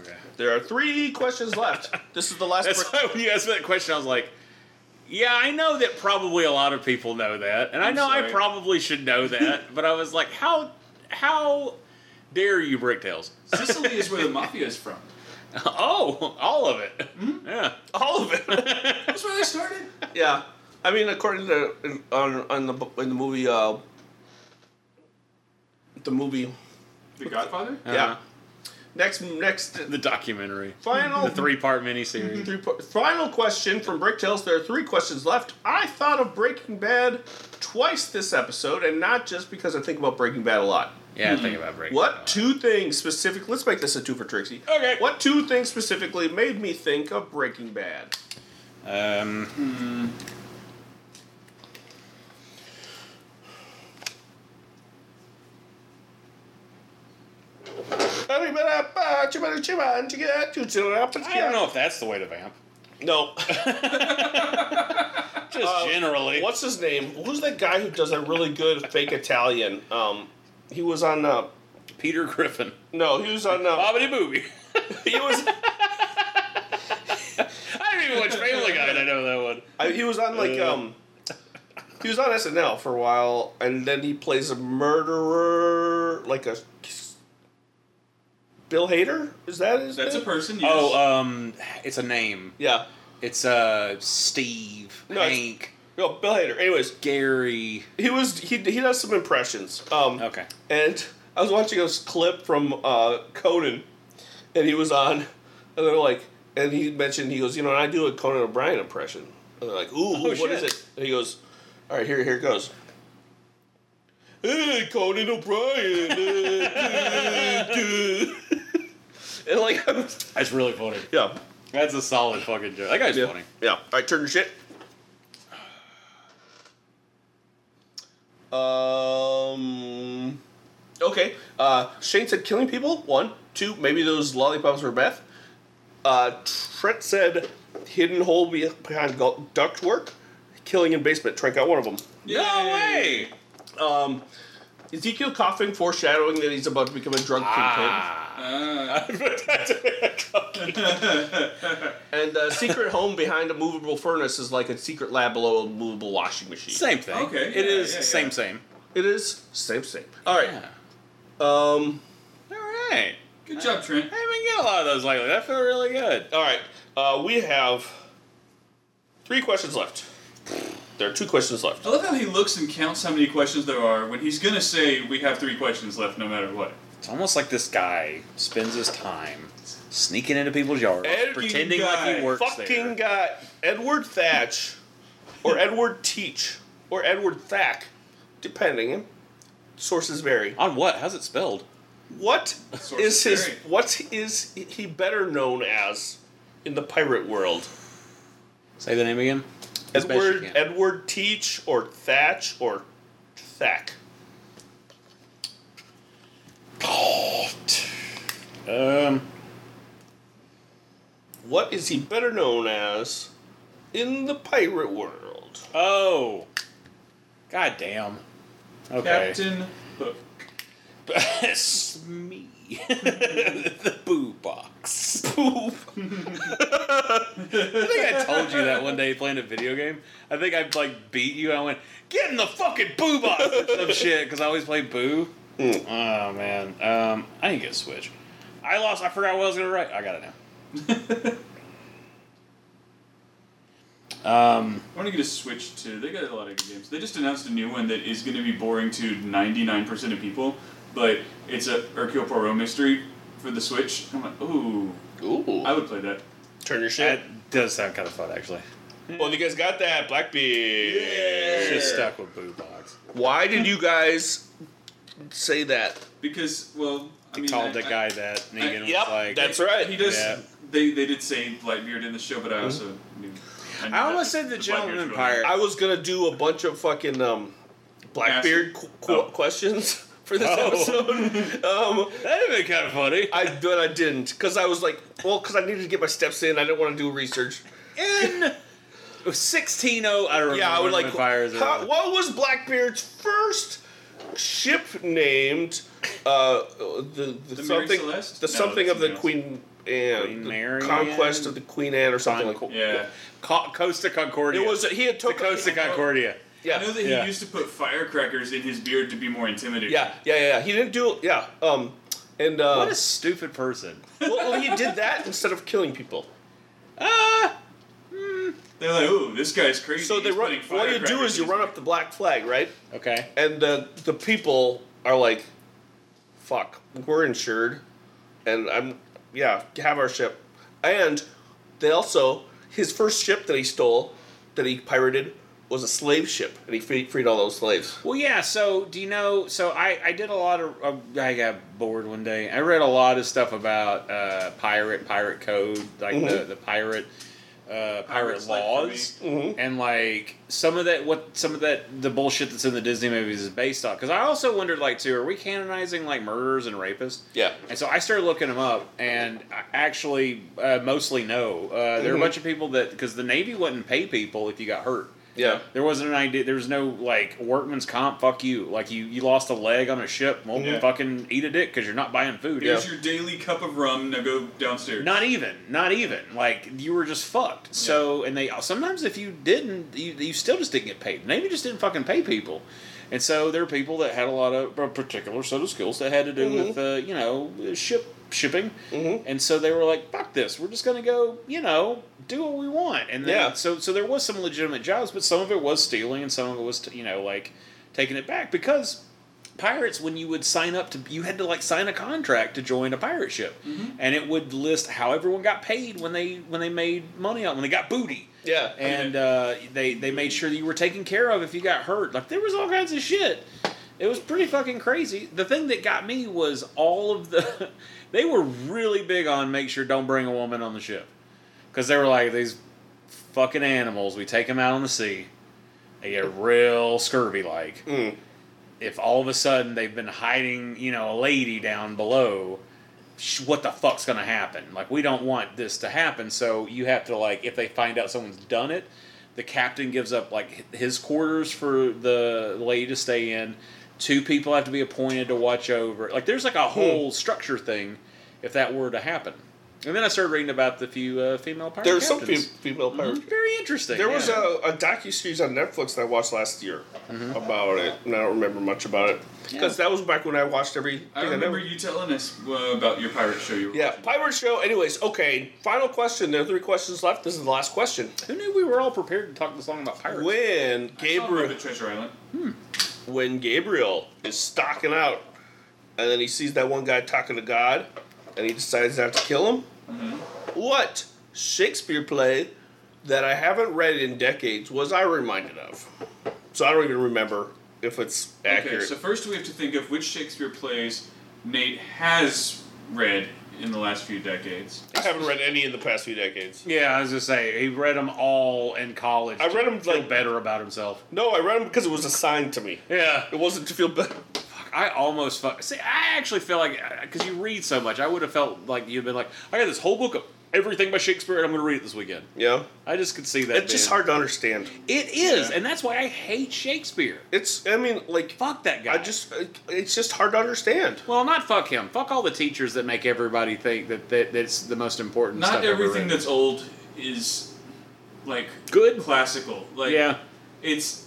Okay.
There are three questions left. This is the last.
That's
que-
why when you asked me that question, I was like, yeah, I know that probably a lot of people know that, and i
I'm
know I
sorry.
probably should know that, but I was like, how how dare you, Bricktails?
Sicily is where the mafia is from.
*laughs* oh, all of it. Yeah.
*laughs* All of it.
That's where they started.
*laughs* yeah. I mean, according to in, on on the bu- in the movie, uh, the movie.
The Godfather.
Yeah. Next, next,
The documentary,
final Mm-hmm.
the three part miniseries.
Three po- Final question from Bricktails. There are three questions left. I thought of Breaking Bad twice this episode, and not just because I think about Breaking Bad a lot.
yeah, I think about Breaking
What two things specific? Let's make this a two for Trixie.
Okay.
What two things specifically made me think of Breaking Bad?
Bad. Um, I don't know if that's the way to vamp.
No. *laughs*
Just generally.
What's his name? Who's that guy who does a really good fake Italian? Um, he was on. Uh,
Peter Griffin?
no, he was on. Uh,
Bobbity Booby.
he was.
*laughs* I don't even watch Family Guy. and I know that one.
I, he was on
Uh.
like um, he was on SNL for a while, and then he plays a murderer, like a Bill Hader. Is that his?
That's a
name?
person. Yes.
Oh, um, it's a name.
Yeah.
It's uh Steve,
No, it's-
Hank,
No, Bill Hader. Anyways,
Gary.
he was he he does some impressions. Um,
Okay.
And I was watching this clip from uh, Conan, and he was on, and they're like, and he mentioned he goes, you know, and I do a Conan O'Brien impression. And they're like, ooh, ooh, what is
shit.
it? And he goes, all right, here, here it goes. Hey, Conan O'Brien. uh, duh, duh." *laughs* and like, I'm,
That's really funny.
yeah,
That's a solid fucking joke. That guy's
yeah,
funny.
yeah. All right, turn your shit. Um. Okay. Uh, Shane said killing people. One, two. Maybe those lollipops were meth. Uh, Trent said hidden hole be- behind gu- ductwork. Killing in basement. Trent got one of them.
No way.
Um, Ezekiel coughing, foreshadowing that he's about to become a drug
Ah.
kingpin. and uh, secret home behind a movable furnace is like a secret lab below a movable washing machine.
Same thing.
Okay,
It
yeah,
is
yeah, yeah.
same same.
It is same, same. All right.
Yeah.
Um.
All right.
Good job, Trent.
I haven't got a lot of those lately. That felt really good.
All right. Uh, we have three questions left. There are two questions left.
I love how he looks and counts how many questions there are when he's gonna say we have three questions left no matter what.
It's almost like this guy spends his time sneaking into people's yards,
Fucking
pretending like
guy.
he works
Fucking
there.
guy, Edward Thatch,
*laughs*
or Edward Teach, or Edward Thack, depending. Sources vary.
On what? How's it spelled?
What
Sources
is his?
vary.
What is he better known as in the pirate world?
Say the name again. As best you
Edward
can.
Edward Teach or Thatch or Thack.
Um,
What is he better known as in the pirate world?
oh, god damn. Okay,
Captain Hook.
*laughs* that's me. the boo box.
Poop.
*laughs* I think I told you that one day playing a video game. I think I like beat you. I went, get in the fucking boo box or
*laughs*
some shit because I always play boo.
Hmm.
Oh man, um, I need to get a switch. I lost. I forgot what I was gonna write. I got it now.
I want to get a Switch to. They got a lot of good games. They just announced a new one that is going to be boring to 99% of people, but it's a Hercule Poirot mystery for the Switch. I'm like, ooh,
Ooh.
I would play that.
Turn your shit.
That does sound kind of fun, actually.
Well, you guys got that, Blackbeard.
Just stuck with boo box.
Why did you guys say that?
Because, well, I
They
mean, I-
called that
I-
guy that Negan was
Yep,
like.
that's right.
He does.
Yeah. Mm-hmm.
They they did say Blackbeard in the show, but I also knew. I, knew
I almost said
that
the
Blackbeard's
gentleman
really-
pirate.
I was gonna do a bunch of fucking um, Blackbeard qu- qu-
Oh.
questions *laughs* for this
Oh.
episode. um,
That'd have been kind of funny.
I but I didn't because I was like, well, because I needed to get my steps in. I didn't want to do research.
In 16 oh, I don't remember.
Yeah, I would
when
like.
fires are-
How- what was Blackbeard's first ship named? Uh, the, the,
The Mary
something
Celeste?
the
No,
something
that's
of the
something else.
Queen Anne,
Queen
the
Mary
conquest
Anne?
of the Queen Anne, or something like. that.
Yeah.
Co- Costa Concordia.
It was he had
the
took *laughs*
Costa Concordia.
yeah.
I know that he
Yeah.
used to put firecrackers in his beard to be more intimidating.
Yeah, yeah, yeah, yeah. He didn't do yeah. Um, and uh,
What a
*laughs*
stupid person.
well, well, he did that instead of killing people.
Ah,
They're like, ooh, this guy's crazy.
So they
He's
run.
putting
What you do
firecrackers
is you
in his
run up the black flag, right?
okay.
And uh, the people are like, "Fuck, we're insured," and I'm yeah, have our ship. And they also his first ship that he stole, that he pirated, was a slave ship, and he freed, freed all those slaves.
Well, yeah. So, do you know? So, I, I did a lot of. Uh, I got bored one day. I read a lot of stuff about uh, pirate, pirate code, like the, the pirate, uh, pirate
Pirates like
laws, and like some of that. What some of that the bullshit that's in the Disney movies is based on. Because I also wondered, like, too, are we canonizing like murderers and rapists?
Yeah.
And so I started looking them up, and I actually uh, mostly no. Uh, there are a bunch of people that because the Navy wouldn't pay people if you got hurt.
Yeah.
There wasn't an idea. There was no like workman's comp. Fuck you. Like you, you lost a leg on a ship. Well,
Yeah.
fucking eat a dick because you're not buying food.
Here's your daily cup of rum. Now go downstairs.
Not even. Not even. Like you were just fucked. So and they sometimes if you didn't, you, you still just didn't get paid. The Navy just didn't fucking pay people. And so there are people that had a lot of a particular set of skills that had to do with uh, you know ship shipping, and so they were like, "Fuck this! We're just gonna go, you know, do what we want." And then,
Yeah.
so so there was some legitimate jobs, but some of it was stealing, and some of it was you know like taking it back because pirates when you would sign up to you had to like sign a contract to join a pirate ship and it would list how everyone got paid when they when they made money on when they got booty
Yeah.
and uh, they they made sure that you were taken care of if you got hurt like there was all kinds of shit it was pretty fucking crazy the thing that got me was all of the *laughs* they were really big on make sure don't bring a woman on the ship because they were like these fucking animals we take them out on the sea they get real scurvy like
Mm.
if all of a sudden they've been hiding, you know, a lady down below, sh- what the fuck's gonna happen? Like, we don't want this to happen. So you have to like, if they find out someone's done it, the captain gives up like h- his quarters for the lady to stay in. Two people have to be appointed to watch over. Like there's like
Mm.
a whole structure thing if that were to happen. And then I started reading about the few uh, female pirate
There's some fe-
captains.
female pirates.
Very interesting.
There was
yeah. Mm-hmm.
a, a docu series on Netflix that I watched last year about it, and I don't remember much about it because that was back when I watched every.
I
thing never-
remember you telling us uh, about your pirate show you were
Yeah,
watching.
pirate show. Anyways, okay. Final question. There are three questions left. This is the last question.
Who knew we were all prepared to talk this long about pirates?
When
Gabriel.
Gabriel, Hmm.
Treasure Island.
when Gabriel is stalking out, and then he sees that one guy talking to God, and he decides not to kill him.
Mm-hmm.
What Shakespeare play that I haven't read in decades was I reminded of? So I don't even remember if it's accurate.
Okay, so first we have to think of which Shakespeare plays Nate has read in the last few decades.
I haven't read any in the past few decades.
Yeah, I was just say he read them all in college.
I read
to
'em,
feel
like-
better about himself.
No, I read them because it was assigned to me.
Yeah,
It wasn't to feel better.
I almost fuck. See, I actually feel like because you read so much, I would have felt like you've been like, I got this whole book of everything by Shakespeare, and I'm going to read it this weekend.
Yeah.
I just could see that.
It's just
being-
hard to understand.
It is, and that's why I hate Shakespeare.
It's, I mean, like,
Fuck that guy.
I just, it- it's just hard to understand.
well, not fuck him. Fuck all the teachers that make everybody think that, that that's the most important.
Not
stuff ever
everything
written.
that's old is like
Good.
classical. Like
Yeah.
it's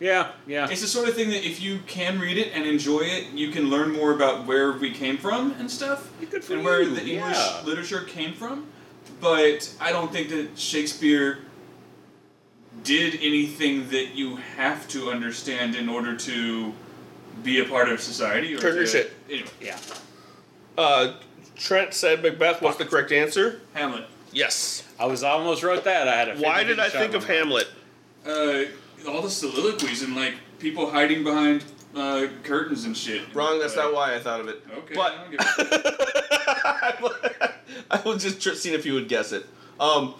yeah, yeah.
it's the sort of thing that if you can read it and enjoy it, you can learn more about where we came from and stuff,
Good for
and where
you,
the English
yeah.
literature came from. But I don't think that Shakespeare did anything that you have to understand in order to be a part of society. Or
Turn your
to-
shit.
Anyway,
yeah.
Uh, Trent said Macbeth was the correct answer.
Hamlet.
Yes.
I was I almost wrote that. I had a.
Why
50-50
did I
shot
think
in
of
my mind.
Hamlet?
uh, all the soliloquies and like people hiding behind uh, curtains and shit. Uh,
Wrong, that's not why I thought of it.
Okay,
But *laughs*
I don't give a-
I was just tr- seeing if you would guess it. Um,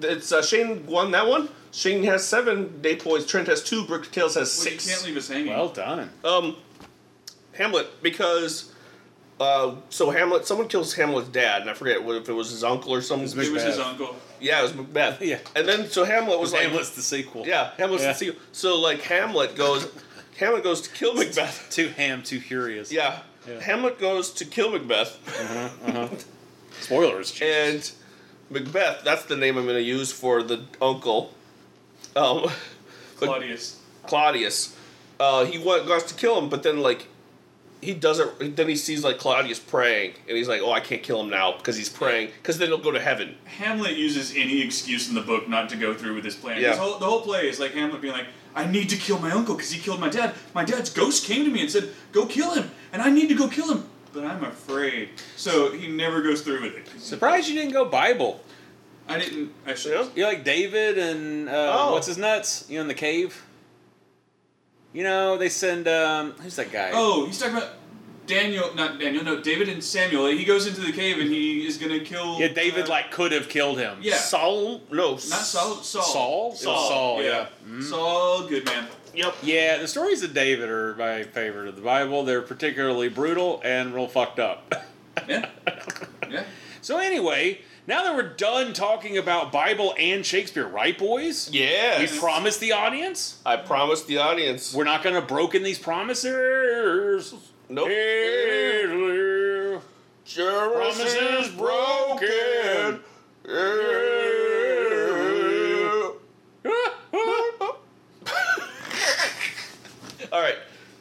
it's uh, Shane won that one. Shane has seven day points. Trent has two. Brick Tails has
well, you
six.
can't leave us hanging.
Well done.
um, Hamlet because uh, so Hamlet someone kills Hamlet's dad and I forget what- if it was his uncle or something.
it was his uncle.
Yeah, it was Macbeth.
*laughs* Yeah.
and then so Hamlet was like,
Hamlet's the sequel.
yeah, Hamlet's
Yeah.
the sequel. So like Hamlet goes, Hamlet goes to kill Macbeth.
*laughs* Too ham, too curious.
Yeah. Hamlet goes to kill Macbeth,
Spoilers.
and Macbeth, that's the name I'm going to use for the uncle, um, *laughs*
Claudius.
Claudius. Uh, he wa- goes to kill him, but then, like, he doesn't. Then he sees, like, Claudius praying, and he's like, oh, I can't kill him now because he's praying, because then he'll go to heaven.
Hamlet uses any excuse in the book not to go through with his plan.
Yeah.
His whole, the whole play is like Hamlet being like, I need to kill my uncle because he killed my dad. My dad's ghost came to me and said, go kill him, and I need to go kill him. But I'm afraid. So he never goes through with it. 'cause he-
Surprised you didn't go Bible.
I didn't. I should.
Yeah.
You're like David and uh,
Oh.
what's his nuts? You know, in the cave. You know, they send um, who's that guy?
Oh, he's talking about Daniel, not Daniel, no, David and Samuel. He goes into the cave and he is gonna kill.
yeah, David
uh,
like could have killed him.
Yeah.
Saul? No.
Not Saul. Saul.
Saul? It was Saul, yeah. Mm.
Saul Goodman.
Yep.
Yeah, the stories of David are my favorite of the Bible. They're particularly brutal and real fucked up. *laughs*
Yeah. yeah.
so anyway, now that we're done talking about Bible and Shakespeare, right, boys? We
Yes.
promised the audience
I promised the audience.
we're not gonna broken these promises.
Nope.
Hey,
Promises
Promises
broken.
broken.
*laughs* All right.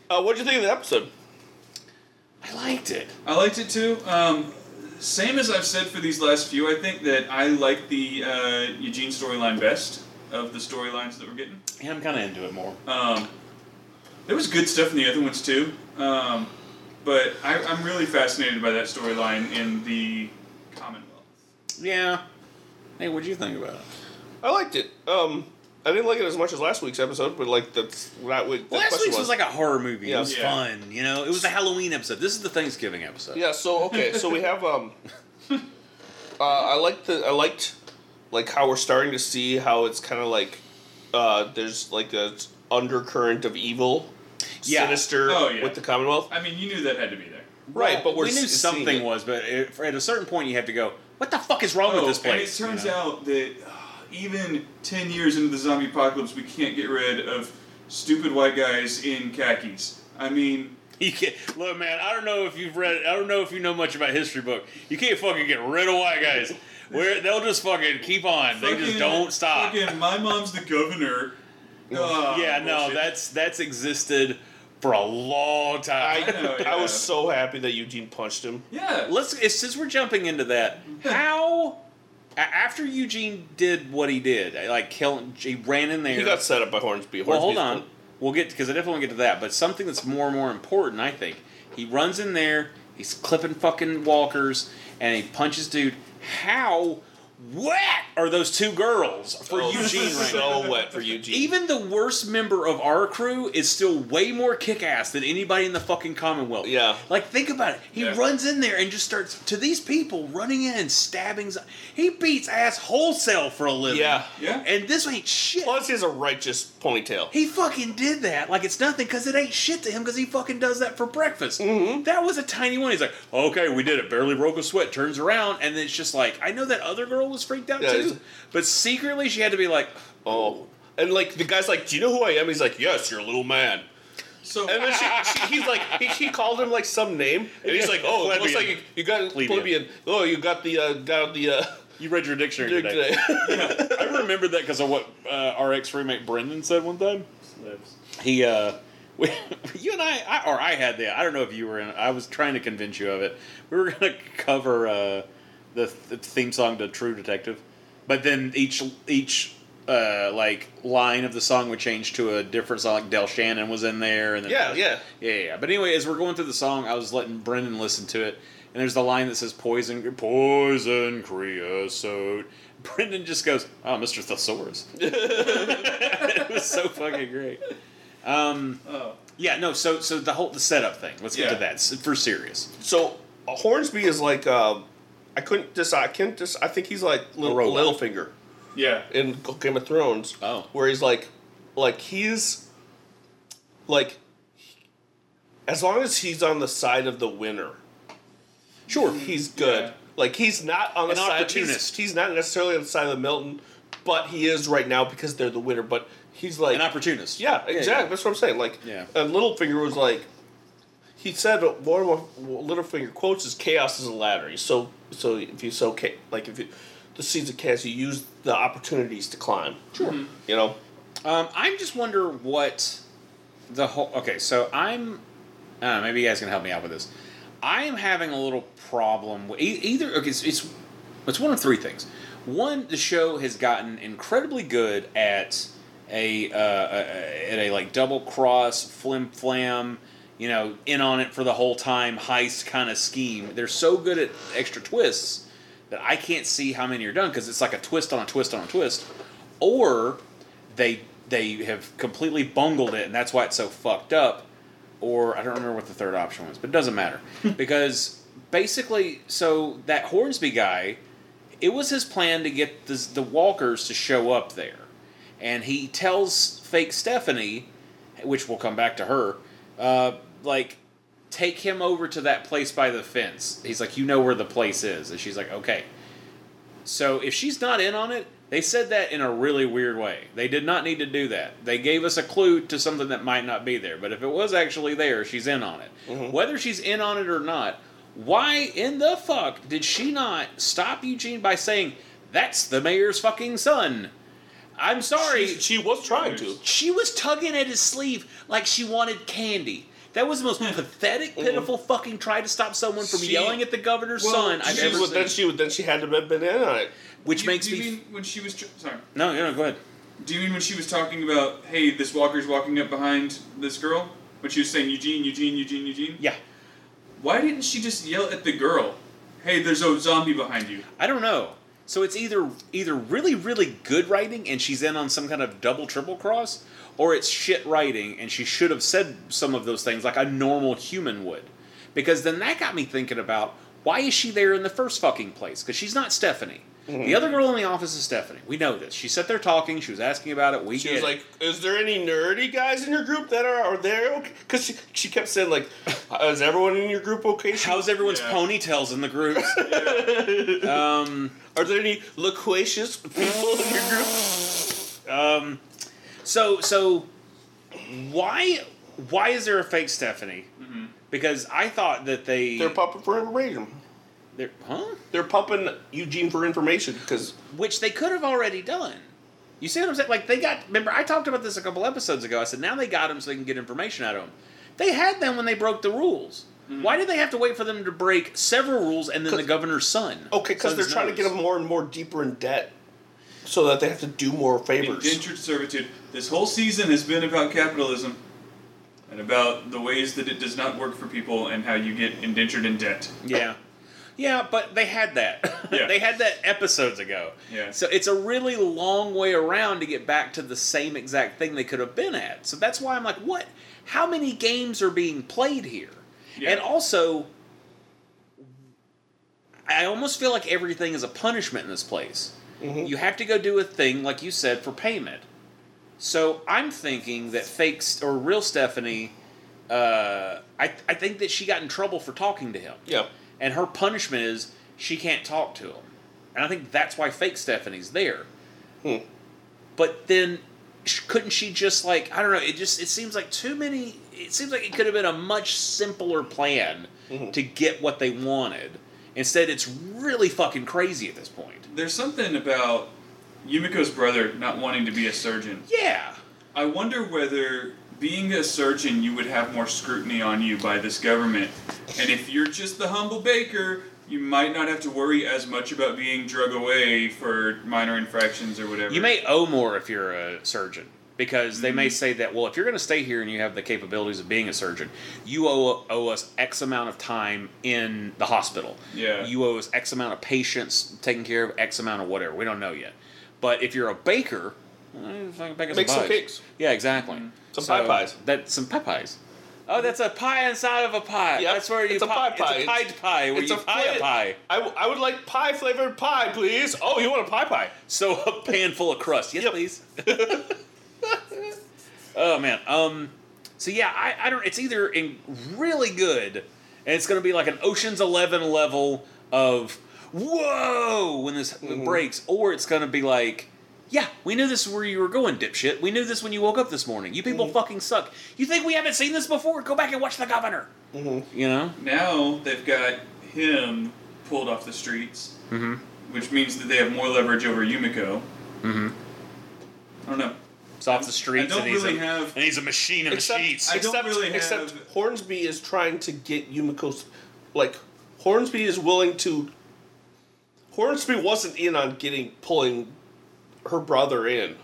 Uh, what'd you think of the episode?
I liked it.
I liked it too. Um, same as I've said for these last few, I think that I like the uh, Eugene storyline best of the storylines that we're getting.
Yeah, I'm kind of into it more.
Um, there was good stuff in the other ones too, um, but I, I'm really fascinated by that storyline in the Commonwealth.
yeah. Hey, what'd you think about it?
I liked it. Um, I didn't like it as much as last week's episode, but like that's not what the
Last
question
week's was like a horror movie.
Yeah.
It was
Yeah.
fun. You know, it was the Halloween episode. This is the Thanksgiving episode.
Yeah. So okay. So we have
*laughs*
um. Uh, I liked the I liked, like how we're starting to see how it's kind of like, uh, there's like a undercurrent of evil,
Yeah.
sinister
Oh, yeah.
with the Commonwealth.
I mean, you knew that had to be there.
Right, but we're
we knew
s-
something
seeing
*laughs*
it.
was, but it, at a certain point, you have to go. What the fuck is wrong with
Oh,
this place?
And it turns
you know?
out that uh, even 10 years into the zombie apocalypse, we can't get rid of stupid white guys in khakis. I mean,
*laughs* You can't, look, man. I don't know if you've read. I don't know if you know much about history book. You can't fucking get rid of white guys. Where they'll just fucking keep on. They just
fucking-
don't stop.
Fucking, my mom's the governor. Ah,
Yeah, no,
bullshit.
that's that's existed for a long time.
I,
know,
I was so
Oh, yeah.
happy that Eugene punched him.
yeah.
*laughs* Let's it's- since we're jumping into that. How a- after Eugene did what he did, like killing, he ran in there.
He got set up by Hornsby.
Well, hold
Hornsby's-
on. We'll get because I definitely want to get to that. But something that's more and more important, I think. He runs in there. He's clipping fucking walkers, and he punches dude. How wet are those two girls for
Oh,
Eugene
*laughs*
right now?
so wet for Eugene.
Even the worst member of our crew is still way more kick-ass than anybody in the fucking Commonwealth.
Yeah.
Like, think about it. He
Yeah.
runs in there and just starts to these people running in and stabbing. z- He beats ass wholesale for a living.
Yeah.
Yeah.
And this ain't shit.
Plus, he has a righteous ponytail.
He fucking did that like it's nothing because it ain't shit to him because he fucking does that for breakfast. That was a tiny one. He's like, okay, we did it. Barely broke a sweat. Turns around and then it's just like, I know that other girl was freaked out
Yeah,
too,
it's-
but secretly she had to be like,
oh, and like the guy's like, "Do you know who I am?" He's like, "Yes, you're a little man."
So
And then she, she, he's like, he, he called him like some name, and he's like, "Oh, it looks
Plebeian.
like you, you got
Plebeian.
plebeian. Oh, you got the uh, got the uh,
"You read your dictionary
dude
today." *laughs*
today." *laughs*
I remember that because of what uh, our ex roommate Brendan said one time. He, uh, we, *laughs* you and I, I, or I had the. I don't know if you were in. I was trying to convince you of it. We were *laughs* gonna cover uh, the th- theme song to True Detective, but then each each. Uh, like line of the song would change to a different song. Like Del Shannon was in there, and then
yeah, yeah.
yeah, yeah, yeah. But anyway, as we're going through the song, I was letting Brendan listen to it, and there's the line that says "poison, poison creosote." Brendan just goes, "Oh, Mr. Thesaurus." it was *laughs* so fucking great. Um, Yeah, no. So, so the whole the setup thing. Let's get to
Yeah.
that s- for serious.
So uh, Hornsby is like, uh, I couldn't decide. I can't just. I think he's like little
robot.
Littlefinger
yeah.
in Game of Thrones.
Oh.
where he's like, like he's like, as long as he's on the side of the winner,
Sure.
he's good.
Yeah.
Like he's not on the
An
side. He's,
opportunist.
he's not necessarily on the side of the Milton, but he is right now because they're the winner. But he's like
An opportunist.
yeah, exactly. That's what I'm saying. Like,
Yeah.
and Littlefinger was like, he said one of my Littlefinger quotes is "chaos is a ladder." You so so if you sow ca- like if you, the seeds of chaos, you use the opportunities to climb. Sure.
Mm-hmm.
You know,
Um, I'm just wonder what the whole. Okay, so I'm. Uh, maybe you guys can help me out with this. I am having a little problem with e- either. Okay, it's, it's it's one of three things. One, the show has gotten incredibly good at a uh, a- at a like double cross flim flam, you know, in on it for the whole time heist kind of scheme. They're so good at extra twists that I can't see how many are done because it's like a twist on a twist on a twist, or they they have completely bungled it and that's why it's so fucked up. Or I don't remember what the third option was, but it doesn't matter because basically, so that Hornsby guy, it was his plan to get the, the walkers to show up there, and he tells fake Stephanie, which we'll come back to her, uh, like take him over to that place by the fence. He's like, you know where the place is, and she's like, okay. So if she's not in on it, they said that in a really weird way. They did not need to do that. They gave us a clue to something that might not be there, but if it was actually there, she's in on it. Whether she's in on it or not, why in the fuck did she not stop Eugene by saying, "That's the mayor's fucking son"? I'm sorry.
she, she was trying to.
She was tugging at his sleeve like she wanted candy. That was the most pathetic, pitiful fucking try to stop someone from
She-
yelling at the governor's
well,
son I've
She
ever
was,
seen.
then she was, then she had to have been in on it.
which
You-
makes
do
me.
you mean when she was tr- sorry?
no, no, no, go ahead.
Do you mean when she was talking about hey, this walker's walking up behind this girl? When she was saying Eugene, Eugene, Eugene, Eugene.
Yeah.
Why didn't she just yell at the girl? Hey, there's a zombie behind you.
I don't know. So it's either either really really good writing and she's in on some kind of double triple cross, or it's shit writing and she should have said some of those things like a normal human would, because then that got me thinking about why is she there in the first fucking place? Because she's not Stephanie.
Mm-hmm.
The other girl in the office is Stephanie. We know this. She sat there talking. She was asking about it. We
She
get
was
it.
like, "Is there any nerdy guys in your group that are are there?" Because she, she kept saying like, "Uh, "Is everyone in your group okay?" She
How's everyone's
Yeah.
ponytails in
*laughs*
the group?
Are there any loquacious people in your group?
so so why why is there a fake Stephanie? Because I thought that they
Mm-hmm. They're pumping for information.
they're- huh,
They're pumping Eugene for information because
which they could have already done. You see what I'm saying? Like they got. Remember, I talked about this a couple episodes ago. I said now they got them so they can get information out of them. They had them when they broke the rules.
Mm-hmm.
Why did they have to wait for them to break several rules and then the governor's son?
okay, because they're
son's
trying to get
nose?
him more and more deeper in debt, so that they have to do more favors.
Indentured servitude. This whole season has been about capitalism and about the ways that it does not work for people and how you get indentured in debt.
Yeah. Yeah, but they had that.
*laughs* Yeah.
they had that episodes ago.
Yeah.
So it's a really long way around to get back to the same exact thing they could have been at. So that's why I'm like, what? How many games are being played here?
Yeah.
And also, I almost feel like everything is a punishment in this place. You have to go do a thing, like you said, for payment. So I'm thinking that fake st- or real Stephanie, uh, I, I think that she got in trouble for talking to him.
Yeah.
And her punishment is she can't talk to him. And I think that's why fake Stephanie's there. But then sh- couldn't she just like I don't know, it just it seems like too many it seems like it could have been a much simpler plan to get what they wanted. Instead it's really fucking crazy at this point.
There's something about Yumiko's brother not wanting to be a surgeon.
Yeah.
I wonder whether being a surgeon you would have more scrutiny on you by this government. And if you're just the humble baker, you might not have to worry as much about being drug away for minor infractions or whatever.
You may owe more if you're a surgeon because they
Mm-hmm.
may say that well if you're going to stay here and you have the capabilities of being a surgeon you owe, owe us x amount of time in the hospital
Yeah.
you owe us x amount of patients taken care of x amount of whatever we don't know yet but if you're a baker eh, fucking bake us
Make some
pies.
cakes.
yeah exactly
Some pie pies.
that some pie pies oh that's a pie inside of a pie
Yep,
that's where you
it's a pie pie.
it's a pied pie where you pie a
fla-
pie
I, w- I would like pie flavored pie, please. Oh, you want a pie pie?
So a pan full of crust, yes,
Yep.
please. *laughs* oh man. Um. So yeah, I, I don't. It's either in really good, and it's gonna be like an Ocean's Eleven level of whoa when this breaks, or it's gonna be like. Yeah, we knew this is where you were going, dipshit. We knew this when you woke up this morning. You people fucking suck. You think we haven't seen this before? Go back and watch The Governor. You know?
Now they've got him pulled off the streets,
Mm-hmm.
which means that they have more leverage over Yumiko. Mm-hmm. I don't know.
It's off the streets
don't
and he's,
really
a,
have-
and he's a machine of
Except,
machines.
I don't
except,
really have-
except Hornsby is trying to get Yumiko's. Like, Hornsby is willing to. Hornsby wasn't in on getting pulling her brother in,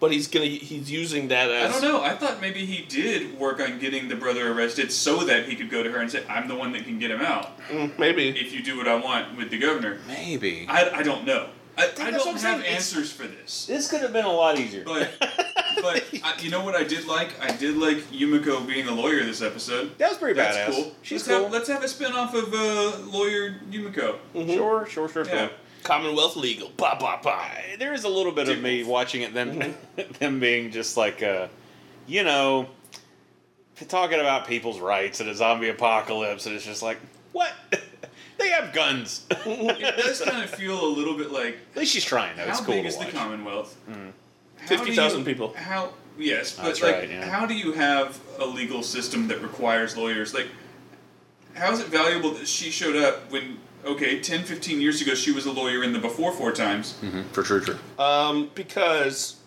but he's gonna he's using that
I
as
don't know. I thought maybe he did work on getting the brother arrested so that he could go to her and say, "I'm the one that can get him out
maybe.
if you do what I want with the governor."
Maybe.
I, I don't know. I, I
that's what I'm
don't
saying.
have
It's-
answers for this.
This could have been a lot easier.
But
*laughs*
but I, you know what I did like? I did like Yumiko being a lawyer this episode.
That was pretty
That's
badass.
cool.
She's
let's
cool.
Have, let's have a spin off of uh, lawyer Yumiko.
Sure, sure, sure, sure.
Yeah.
Commonwealth legal. Bah, bah, bah.
Uh, There is a little bit of me watching it, them
Mm-hmm.
*laughs* them being just like, uh, you know, talking about people's rights in a zombie apocalypse, and it's just like, what? *laughs* they have guns. *laughs* At
It does kind of feel a little bit like
least she's trying. though.
how
It's cool
big
to
is the
watch.
Commonwealth? How do
50,000
you-
Hmm. people.
How? Yes, but
That's
like,
right, yeah.
how do you have a legal system that requires lawyers? Like, how is it valuable that she showed up when? Okay, 10, 15 years ago, she was a lawyer in the before four times.
For true, true.
Um, because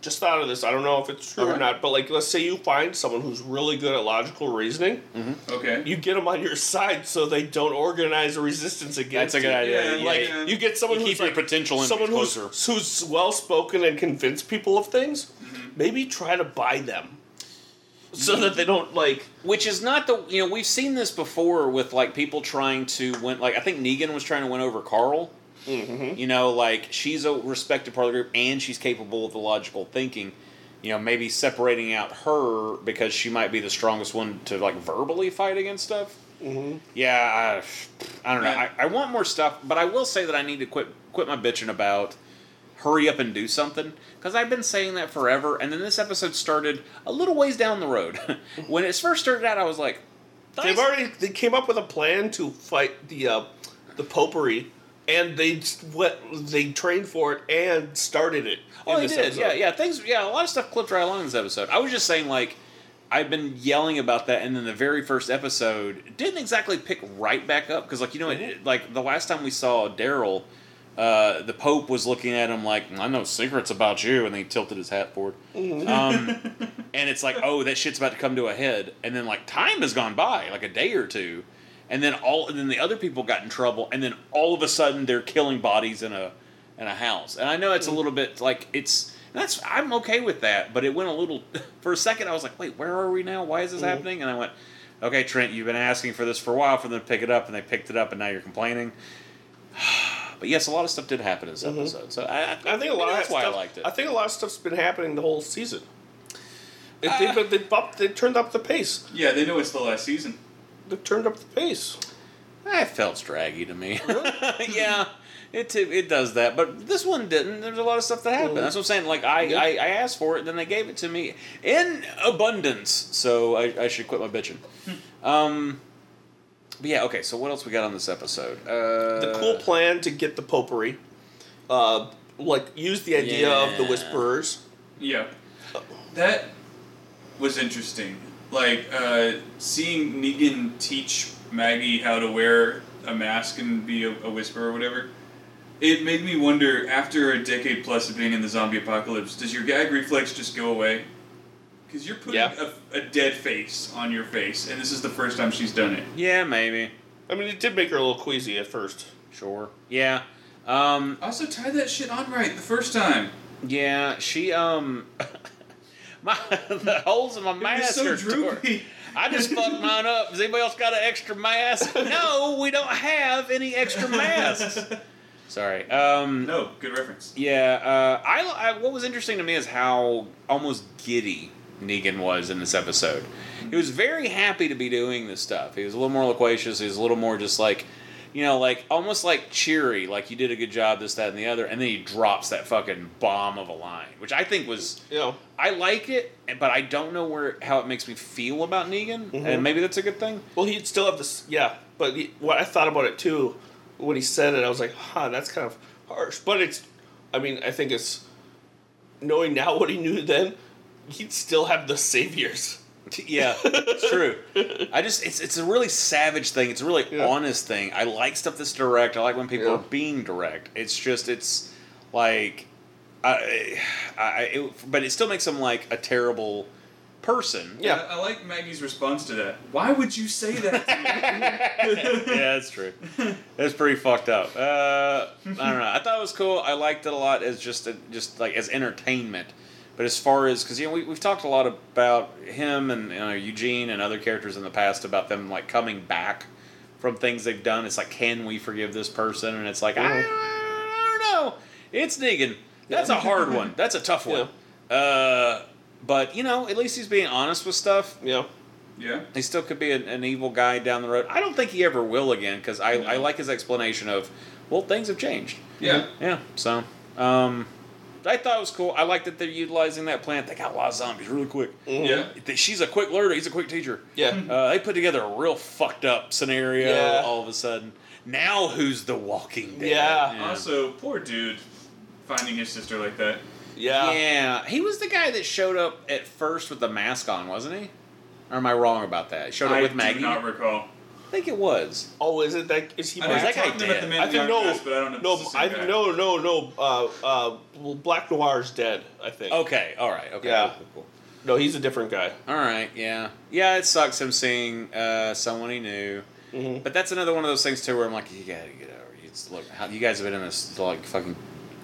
just thought of this. I don't know if it's true or
Alright.
not, but like, let's say you find someone who's really good at logical reasoning,
Mm.
Okay.
you get them on your side so they don't organize a resistance against.
That's a good
you.
idea.
Yeah,
Yeah,
Like,
yeah.
you get someone
You
who's
keep your
like,
potential enemies
someone who's,
closer. Mm-hmm.
who's well spoken and convince people of things. Maybe try to buy them so that they don't like.
Which is not the you know we've seen this before with like people trying to win like I think Negan was trying to win over Carl. You know, like she's a respected part of the group and she's capable of the logical thinking. You know, maybe separating out her because she might be the strongest one to like verbally fight against stuff. Yeah, I, I don't know.
Yeah.
I, I want more stuff, but I will say that I need to quit quit my bitching about hurry up and do something because I've been saying that forever. And then this episode started a little ways down the road. *laughs* when it first started out, I was like,
They've already they came up with a plan to fight the uh, the popery and they what they trained for it and started it.
Oh,
in
they
this
did.
episode.
Yeah, yeah. Things. Yeah, a lot of stuff clipped right along in this episode. I was just saying, like, I've been yelling about that, and then the very first episode didn't exactly pick right back up because, like, you know, it, it- like the last time we saw Daryl, uh, the Pope was looking at him like, "I know secrets about you," and then he tilted his hat forward. Um, and it's like, oh, that shit's about to come to a head, and then like time has gone by, like a day or two, and then all, and then the other people got in trouble, and then all of a sudden they're killing bodies in a in a house, and I know
Mm.
it's a little bit like it's that's I'm okay with that, but it went a little *laughs* for a second. I was like, wait, where are we now? Why is
Mm.
this happening? And I went, okay, Trent, you've been asking for this for a while for them to pick it up, and they picked it up, and now you're complaining. *sighs* But yes, a lot of stuff did happen in this episode, so I, I,
Mm-hmm. I think a lot
that's
of that
why
stuff,
I liked it.
I think a lot of stuff's been happening the whole season. It, they,
Uh.
but they bumped, they turned up the pace.
Yeah, they know it's the last season.
They turned up the pace.
That Eh, felt draggy to me. *laughs* yeah, it t- it does that, but this one didn't. There's a lot of stuff that happened. That's what I'm saying. Like I, I, I asked for it, then they gave it to me in abundance. So I, I should quit my bitching.
Hmm.
um, but yeah, okay. So what else we got on this episode? Uh,
The cool plan to get the potpourri, uh, like use the idea of the
Yeah.
whisperers.
Yeah. That was interesting. Like, uh, seeing Negan teach Maggie how to wear a mask and be a, a whisperer or whatever, it made me wonder after a decade plus of being in the zombie apocalypse, does your gag reflex just go away? Because you're putting
Yeah.
a, a dead face on your face, and this is the first time she's done it.
yeah, maybe.
I mean, it did make her a little queasy at first.
Sure. Yeah. Um,
Also, tie that shit on right the first time.
yeah. She. Um. *laughs* my *laughs* the holes in my mask
It's so
are tore.
droopy.
I just fucked mine up. Has anybody else got an extra mask? No, we don't have any extra masks. Sorry. Um,
No, good reference.
yeah. Uh, I, I what was interesting to me is how almost giddy Negan was in this episode. He was very happy to be doing this stuff. He was a little more loquacious. He was a little more just like, you know, like almost like cheery, like you did a good job, this, that, and the other. And then he drops that fucking bomb of a line, which I think was.
You know,
I like it, but I don't know where how it makes me feel about Negan,
Mm-hmm.
and maybe that's a good thing.
well, he'd still have this. Yeah, but he, what I thought about it too, when he said it, I was like, huh, that's kind of harsh. But it's, I mean, I think it's knowing now what he knew then, he'd still have the saviors.
yeah, it's
*laughs*
true. I just it's it's a really savage thing. It's a really
Yeah.
honest thing. I like stuff that's direct. I like when people
Yeah.
are being direct. It's just it's like I, I it, but it still makes him like a terrible person.
Yeah.
Uh, I, I like Maggie's response to that. Why would you say that to me?
*laughs* yeah, that's true. That's pretty fucked up. Uh, I don't know. I thought it was cool. I liked it a lot as just a, just like as entertainment. But as far as because you know we have talked a lot about him and you know, Eugene and other characters in the past about them like coming back from things they've done. It's like can we forgive this person? And it's like I, I don't know. It's Negan. That's a hard one. That's a tough one. Uh, but you know at least he's being honest with stuff
You know,
Yeah.
he still could be an, an evil guy down the road. I don't think he ever will again because I, I like his explanation of, well, things have changed.
Yeah.
Yeah, so um, I thought it was cool. I like that they're utilizing that plant. They got a lot of zombies really quick.
Yeah.
Th- She's a quick learner. He's a quick teacher.
Mm-hmm. yeah.
Uh, they put together a real fucked up scenario
Yeah.
all of a sudden. Now who's the Walking Dead?
Yeah.
Also, poor dude finding his sister like that.
Yeah.
Yeah, he was the guy that showed up at first with the mask on, wasn't he? Or am I wrong about that? He showed up
I
with Maggie.
do not recall.
I think it was.
Oh, is it that? Is he?
I
back?
that
know you're
guy
talking about
dead?
the man
I
in the
think no,
hourglass, but I don't know. if
no,
it's the
I
same guy.
no, no, no. Uh, uh, well, Black Noir's dead. I think.
Okay. All right. Okay.
Yeah.
cool, cool, cool.
No, he's a different guy.
All right, yeah, yeah. It sucks him seeing uh, someone he knew, but that's another one of those things too, where I'm like, you gotta get over. it. It's, look, how, you guys have been in this like fucking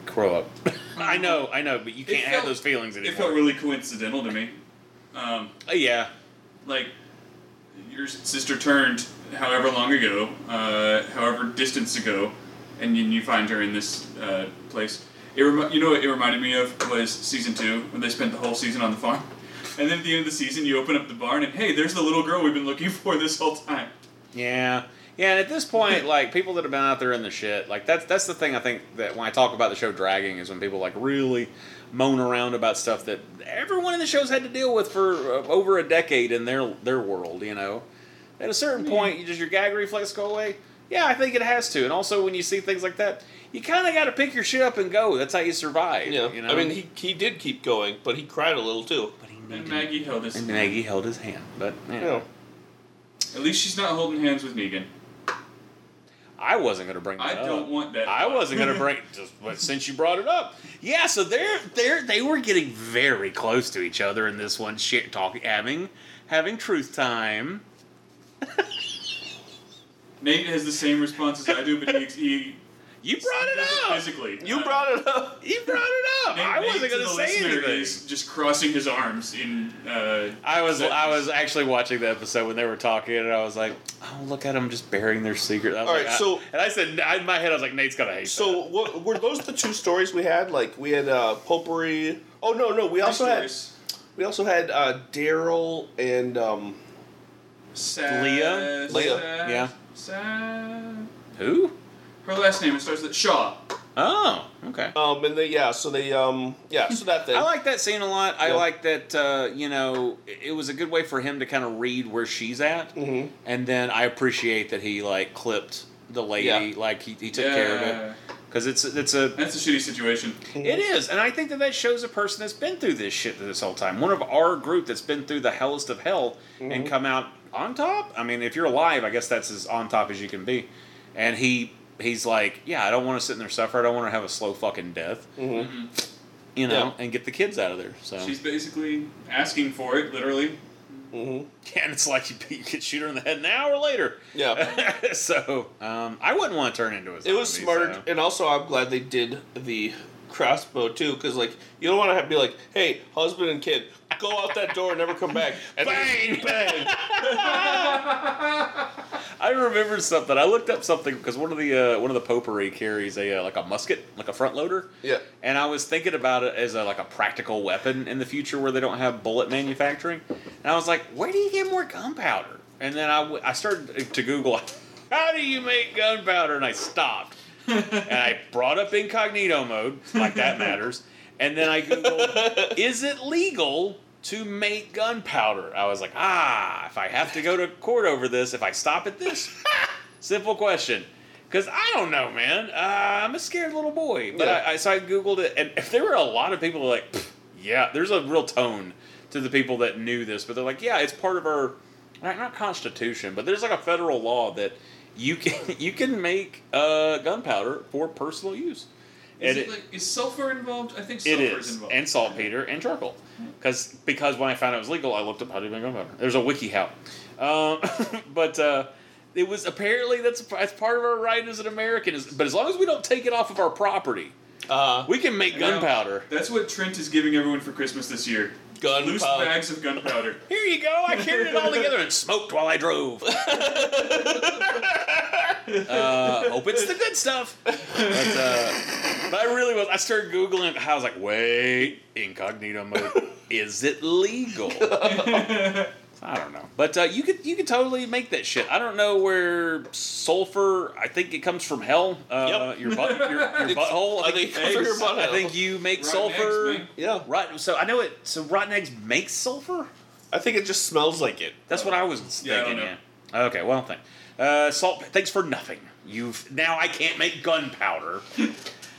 grow up. *laughs* I know, I know, but you
Mm-hmm. It
can't have
felt-
those feelings anymore.
It felt really coincidental to me. Um,
Uh, yeah,
like, your sister turned however long ago, uh, however distance ago, and you, you find her in this uh, place. It remi- you know what it reminded me of was season two when they spent the whole season on the farm, *laughs* and then at the end of the season you open up the barn and hey, there's the little girl we've been looking *laughs* for this whole time.
yeah, yeah. And at
*laughs*
this point, like people that have been out there in the shit, like that's that's the thing I think that when I talk about the show dragging is when people like really moan around about stuff that everyone in the show's had to deal with for uh, over a decade in their their world, you know. At a certain point, you just your gag reflex go away. Yeah, I think it has to. And also, when you see things like that, you kind of got to pick your shit up and go. That's how you survive.
Yeah,
you know?
I mean, he, he did keep going, but he cried a little too.
But he
And
needed-
Maggie held us.
and Maggie held his hand. But you
You know,
know,
At least she's not holding hands with Negan.
I wasn't gonna bring. That
I don't
up.
want that.
I wasn't gonna
*laughs*
bring. Just, but since you brought it up, yeah. So they're they're they were getting very close to each other in this one. Shit, talking, having having truth time.
Nate has the same response as I do, but he, he
You brought it
does
up.
physically.
you brought it up.
You brought it up.
Nate,
I wasn't
Nate to
gonna
the
say
listener
anything.
Is just crossing his arms in. Uh,
I was
sentence.
I was actually watching the episode when they were talking, and I was like, "Oh, look at them just burying their secret." I was
All
like,
right,
I-
so-
and I said I- in my head, I was like, "Nate's gonna hate." that.
So what, were those the two stories we had? Like we had uh, potpourri. Oh no, no, we also had
Stories.
we also had uh, Daryl and um,
Sad,
Leah?
sad,
Leah,
yeah.
Sad.
who?
Her last name it starts with Shaw.
Oh, okay.
um and they yeah, so they um yeah, so
*laughs*
that thing.
I like that scene a lot. I
Yeah.
like that uh, you know it it was a good way for him to kind of read where she's at, and then I appreciate that he like clipped the lady,
Yeah.
like he, he took care of it because it's it's a
That's a shitty situation.
It is, and I think that that shows a person that's been through this shit this whole time. One of our group that's been through the hellest of hell and come out on top. I mean, if you're alive, I guess that's as on top as you can be. And he he's like, yeah, I don't want to sit in there suffer. I don't want to have a slow fucking death. You know, and get the kids out of there. So
She's basically asking for it, literally.
yeah, *laughs* and it's like you, you could shoot her in the head an hour later. *laughs*
yeah.
so um, I wouldn't want to turn into a. Zombie,
It was smart,
so-
and also I'm glad they did the crossbow too, because like you don't want to have be like, hey, husband and kid, go out that door and never come
*laughs*
back. And
Bang!
bang.
*laughs* I remembered something. I looked up something because one of the uh, one of the potpourri carries a uh, like a musket, like a front loader.
Yeah.
And I was thinking about it as a, like a practical weapon in the future where they don't have bullet manufacturing. And I was like, where do you get more gunpowder? And then I, w- I started to Google *laughs* how do you make gunpowder, and
*laughs*
I stopped. and I brought up incognito mode, like that matters. And then I googled, is it legal to make gunpowder? I was like, ah, if I have to go to court over this, if I stop at
*laughs*
this, simple question. Because I don't know, man. Uh, I'm a scared little boy. But
Yeah.
I, I, so I googled it, and if there were a lot of people like, "Pfft, yeah, there's a real tone to the people that knew this, but they're like, yeah, it's part of our not, not constitution, but there's like a federal law that you can *laughs* you can make uh, gunpowder for personal use.
Is,
And
it, like, is sulfur involved? I think
it
sulfur is
is
involved.
and saltpeter and charcoal because because when I found it was legal, I looked up how to make gunpowder. There's a wiki how, um, *laughs* but uh, it was apparently that's that's part of our right as an American. Is, but as long as we don't take it off of our property,
Uh,
we can make
Now,
gunpowder.
That's what Trent is giving everyone for Christmas this year. Loose
gunpowder.
bags of
*laughs*
gunpowder.
Here you go. I carried it all together and smoked while I drove. uh, hope it's the good stuff. But, uh, but I really was. I started googling. it. I was like, wait, incognito mode. Is it legal? I don't know. But uh, you could you could totally make that shit. I don't know where sulfur. I think it comes from hell. Uh, Your butt, your,
*laughs*
your butthole.
I think it comes from your
I
butthole.
think you make
Rotten eggs,
sulfur.
man.
Yeah,
Rotten, so I know it. So rotten eggs make sulfur.
I think it just smells like it.
That's what I was
Yeah, I don't
thinking. Yeah.
know.
Okay. Well, thank. Uh, salt. Thanks for nothing. You've now I can't make *laughs* gunpowder.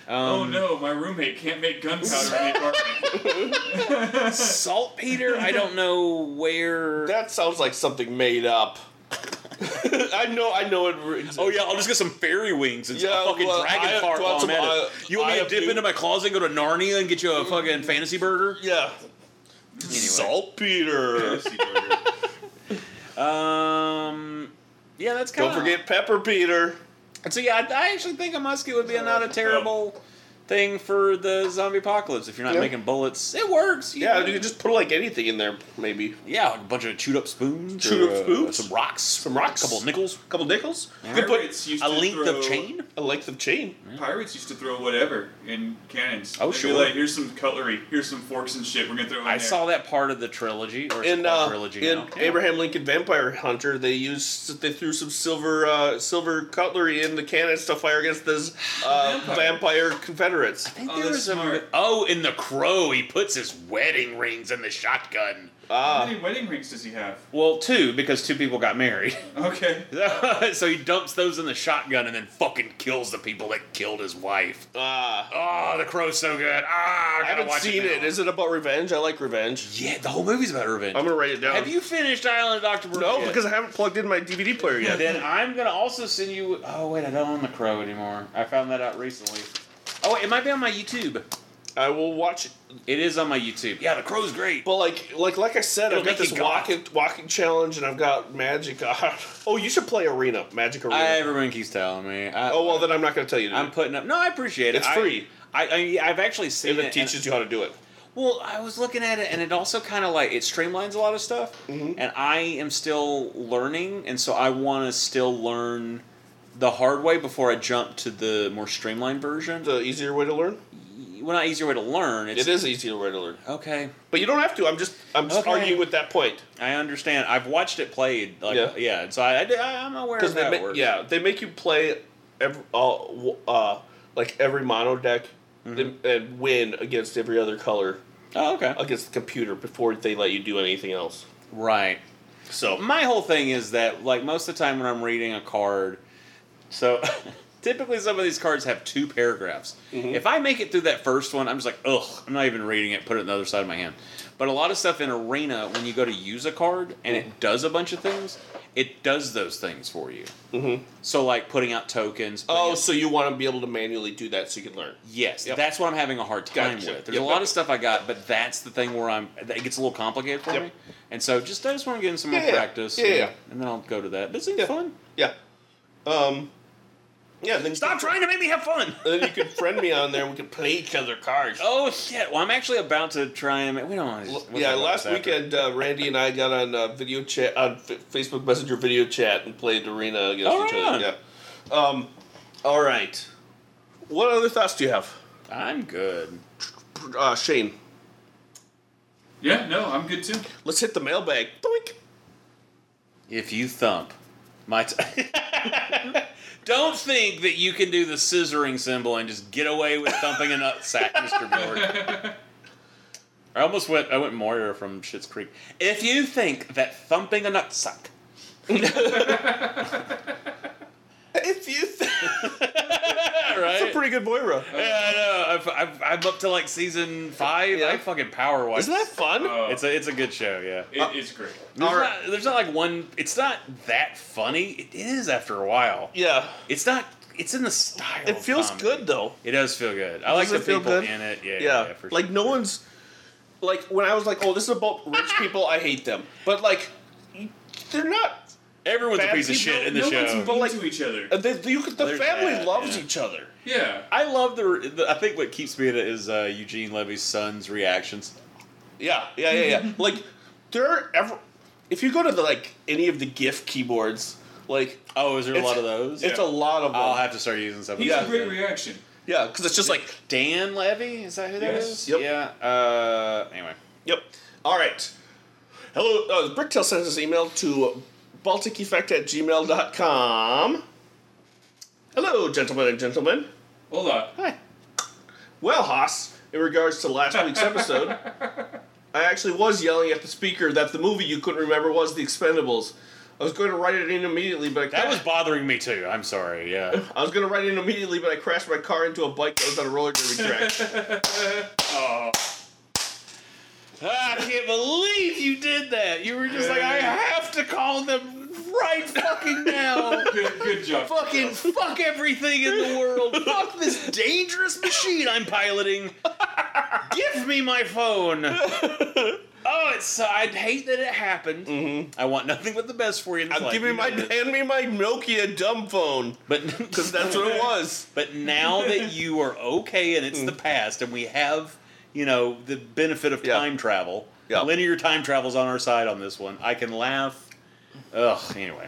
Um,
oh no, my roommate can't make gunpowder
*laughs*
in the apartment.
Saltpeter. I don't know where.
That sounds like something made up. *laughs* I know, I know it. re-
Oh yeah, I'll just get some fairy wings and
Yeah,
a fucking
well, I
dragon fart
want
while I'm
some
at
eye-
it. You want me
eye
to dip
of-
into my closet, go to Narnia, and get you a fucking fantasy burger?
yeah. Saltpeter.
Um, yeah, that's kind
Don't
of.
forget Pepper Peter.
And so yeah, I, I actually think a musket would be a, not a terrible thing for the zombie apocalypse if you're not
Yeah.
making bullets. It works. you
Yeah,
know.
you could just put like anything in there, maybe.
Yeah, like a bunch of chewed up spoons.
Chewed
or,
up
uh,
spoons?
some rocks. Some
rocks.
A couple of nickels.
couple nickels. You could put
Pirates used
A
to
length
throw,
of chain.
a length of chain.
*laughs* Pirates used to throw whatever in cannons.
Oh,
They'd
sure.
Be like, here's some cutlery. Here's some forks and shit. We're gonna throw. In
I
there.
saw that part of the trilogy or
in
in,
uh,
trilogy.
in
now.
Abraham Lincoln Vampire Hunter, they used they threw some silver uh, silver cutlery in the cannons to fire against *sighs* those uh, vampire. Confederates.
I think
Oh,
there
that's
was a-
smart.
oh, in the Crow, he puts his wedding rings in the shotgun.
Uh,
How many wedding rings does he have?
Well, two because two people got married.
Okay.
*laughs* so he dumps those in the shotgun and then fucking kills the people that killed his wife. *laughs*
Ah,
Oh, the crow's so good. Ah, I
I haven't seen it. Is it about revenge? I like revenge.
yeah, the whole movie's about revenge.
I'm gonna write it down.
Have you finished Island of Doctor Burns?
No,
yet?
Oh, because I haven't plugged in my DVD player yet.
then I'm gonna also send you. Oh wait, I don't own the crow anymore. I found that out recently. Oh, it might be on my YouTube.
I will watch it.
It is on my YouTube. Yeah, the crow's great.
But like, like, like I said,
It'll
I've got
make
this
you goth.
walking, walking challenge, and I've got Magic. *laughs* oh, you should play Arena, Magic Arena.
I, everyone keeps telling me. I,
oh well, then I'm not gonna tell you. To do
I'm
it.
putting up. No, I appreciate it.
It's
I-
free.
I, I I've actually seen
And
it.
it teaches you how to do it.
Well, I was looking at it, and it also kind of like it streamlines a lot of stuff,
Mm-hmm.
and I am still learning, and so I want to still learn the hard way before I jump to the more streamlined version.
The easier way to learn.
well, not easier way to learn. It's,
It is easier way to learn,
okay.
but you don't have to. I'm just, I'm just
Okay.
arguing with that point
I understand. I've watched it played. Like,
Yeah.
yeah. and So I, I, am aware
because
of
they,
that.
ma-
works.
yeah, they make you play every, uh, w- uh, like every mono deck and- and win against every other color
Oh, okay.
against the computer before they let you do anything else.
Right.
So
my whole thing is that like most of the time when I'm reading a card, so *laughs* typically some of these cards have two paragraphs. If I make it through that first one, I'm just like, ugh, I'm not even reading it. Put it on the other side of my hand. But a lot of stuff in Arena, when you go to use a card and it does a bunch of things, it does those things for you. Mm-hmm. So like putting out tokens. putting
Oh,
out-
so you want to be able to manually do that so you can learn.
Yes,
Yep.
that's what I'm having a hard time
Gotcha.
with. There's
Yep.
a lot of stuff I got, but that's the thing where I'm. It gets a little complicated for
Yep.
me, and so just I just want to get in some
Yeah,
more
yeah.
practice.
Yeah,
and,
yeah.
and then I'll go to that. But it seems
Yeah.
fun.
Yeah. Um, yeah, then
Stop trying to make me have fun.
And then you could friend me on there and we could play each other cards.
Oh shit! Well, I'm actually about to try and we don't want to.
L- yeah, last weekend uh, Randy and I got on uh, video chat on F- Facebook Messenger video chat and played Arena against
Oh,
each
right
other.
on.
Yeah. Um, all right. What other thoughts do you have,
I'm good.
uh, Shane?
Yeah, no, I'm good too.
Let's hit the mailbag. Boink.
If you thump, my. T- *laughs* Don't think that you can do the scissoring symbol and just get away with thumping a nut sack, Mr. Bjork. I almost went. I went Moyer from Schitt's Creek. If you think that thumping a nut sack,
If you, *laughs* th-
right?
it's a pretty good Moira.
yeah, I know. I've, I've, I'm up to like season five.
Yeah.
I fucking power Oh. watch.
Isn't that fun?
It's a it's a good show. Yeah.
It, it's great.
There's,
All right.
not, there's not like one. It's not that funny. It is after a while.
yeah.
It's not. It's in the style.
It
of
feels
comedy.
good though.
It does feel good. I like
Does
the
it feel
people
good?
in it. Yeah.
yeah,
for
like
sure.
no one's like when I was like, oh, this is about rich people. I hate them, but like they're not.
Everyone's a
bad
piece of
people-
shit in the
no one's
show.
mean
like-
to each other.
uh, They, you could- the
There's
family
that,
loves
yeah.
each other.
Yeah.
I love the, the. I think what keeps me in it is uh, Eugene Levy's son's reactions.
Yeah, yeah, yeah, yeah. like they're ever. If you go to the like any of the GIF keyboards, like uh,
Oh, is there a
It's-
lot of those?
it's a lot of them.
I'll have to start using some. of
He's
those.
a great reaction.
yeah, because it's just like
Dan Levy. Is that who that
Yes.
is?
Yep.
Yeah. Uh, anyway.
Yep. All right. Hello. Uh, Bricktail sent us an email to balticeffect at gmail.com. Hello, gentlemen and gentlemen.
Hold on.
Well, Haas, in regards to last week's episode, I actually was yelling at the speaker that the movie you couldn't remember was The Expendables. I was going to write it in immediately, but I
That was
crashed-
bothering me too. I'm
*laughs*
sorry. Yeah.
I was going to write it in immediately, but I crashed my car into a bike that was on a roller derby
*laughs*
track.
I can't believe you did that. You were just like, I have to call them right fucking now.
Good, good job.
fucking fuck everything in the world. Fuck this dangerous machine I'm piloting. Give me my phone. Oh, it's I hate that it happened. Mm-hmm. I want nothing but the best for you. in this life.
Uh, Give me
You
my *laughs*
know this.
hand me my Nokia dumb phone
But
because that's what it was.
*laughs* But now that you are okay and it's the past and we have, you know, the benefit of
Mm. Yeah.
time travel,
Yeah.
linear time travel's on our side on this one. I can laugh. Ugh, anyway.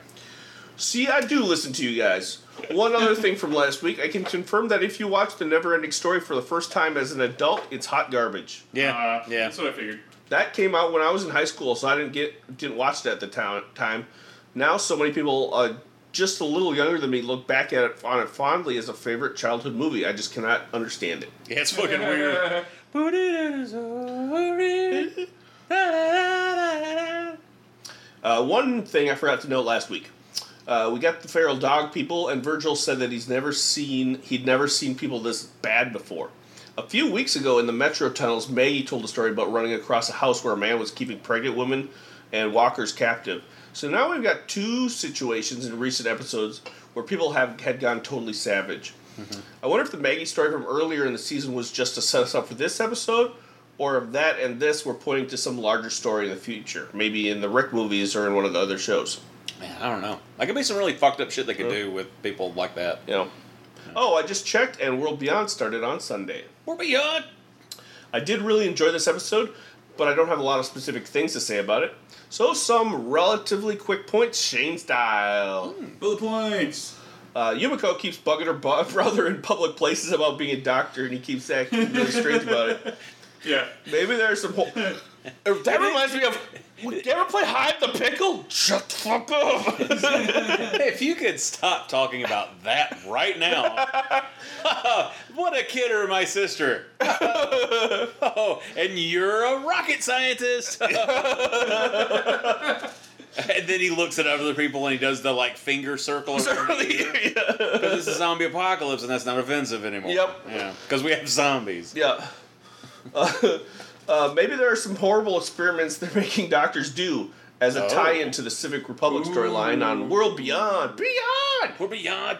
See, I do listen to you guys. One other thing from last week, I can confirm that if you watch the Neverending Story for the first time as an adult, it's hot garbage.
Yeah.
Uh,
yeah.
That's what I figured.
That came out when I was in high school, so I didn't get didn't watch it at the town, time. Now, so many people, uh, just a little younger than me, look back at it on it fondly as a favorite childhood movie. I just cannot understand it.
yeah, it's fucking weird. Put it in his orange. Da, da, da, da,
Uh, one thing I forgot to note last week. Uh, we got the feral dog people, and Virgil said that he's never seen he'd never seen people this bad before. A few weeks ago in the metro tunnels, Maggie told a story about running across a house where a man was keeping pregnant women and walkers captive. So now we've got two situations in recent episodes where people have had gone totally savage. I wonder if the Maggie story from earlier in the season was just to set us up for this episode, or if that and this were pointing to some larger story in the future, maybe in the Rick movies or in one of the other shows.
Man, I don't know. That could be some really fucked up shit they could do with people like that.
You know. Oh, I just checked, and World Beyond started on Sunday.
We're beyond.
I did really enjoy this episode, but I don't have a lot of specific things to say about it. So, some relatively quick points, Shane style.
Bullet points.
Uh, Yumiko keeps bugging her bo- *laughs* brother in public places about being a doctor, and he keeps acting really strange about it.
Yeah.
Maybe there's some. Whole- that reminds me of. Did you ever play hide the pickle? Shut the fuck up. *laughs*
If you could stop talking about that right now. *laughs* what a kid or my sister. *laughs* oh, and you're a rocket scientist. *laughs* and then he looks at other people and he does the like finger circle around the ear. Because it's a zombie apocalypse and that's not offensive anymore.
Yep.
Yeah. Because we have zombies.
Yeah. Uh, uh, maybe there are some horrible experiments they're making doctors do as a
Oh.
tie-in to the Civic Republic storyline on World Beyond. Beyond.
We're beyond.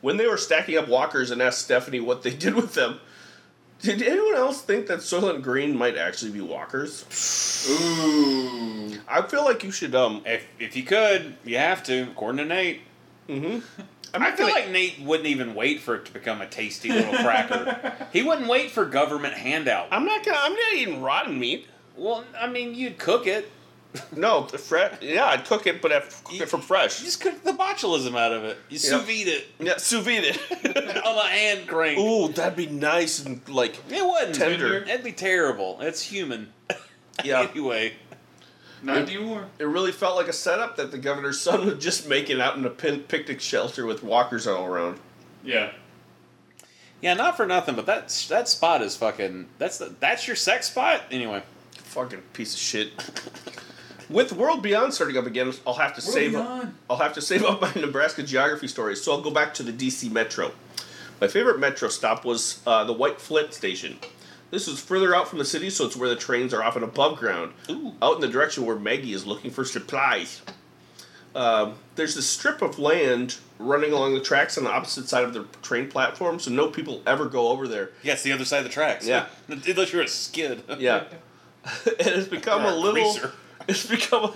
When they were stacking up walkers and asked Stephanie what they did with them, did anyone else think that Soylent Green might actually be walkers?
Ooh.
I feel like you should. Um,
If, if you could, you have to, according to Nate.
Mm-hmm. I'm
I feel like Nate wouldn't even wait for it to become a tasty little *laughs* cracker. he wouldn't wait for government handout.
I'm not gonna. I'm not eating rotten meat.
Well, I mean, you'd cook it.
No, the fresh. Yeah, I'd cook it, but I'd cook it from
You
fresh.
just cook the botulism out of it. You sous
Yep.
vide it *laughs*
Yeah, sous vide it.
on a hand crank.
Ooh, that'd be nice and like
It wouldn't.
Tender.
It'd be terrible. It's human.
*laughs* yeah.
anyway,
*laughs* Not anymore.
It really felt like a setup that the governor's son would just make it out in a pin- picnic shelter with walkers all around.
Yeah.
yeah, not for nothing, but that that spot is fucking. That's the, that's your sex spot. Anyway,
Fucking piece of shit. with World Beyond starting up again, I'll have to save up.
Beyond.
I'll have to save up my *laughs* Nebraska geography stories, so I'll go back to the DC Metro. My favorite Metro stop was uh, the White Flint station. This is further out from the city, so it's where the trains are often above ground, out in the direction where Maggie is looking for supplies. Um, there's this strip of land running along the tracks on the opposite side of the train platform, so no people ever go over there.
yeah, it's the other side of the tracks.
Yeah.
*laughs* unless you're a skid.
Yeah, *laughs* and it's become
Or
a little.
greaser.
*laughs* It's become. A,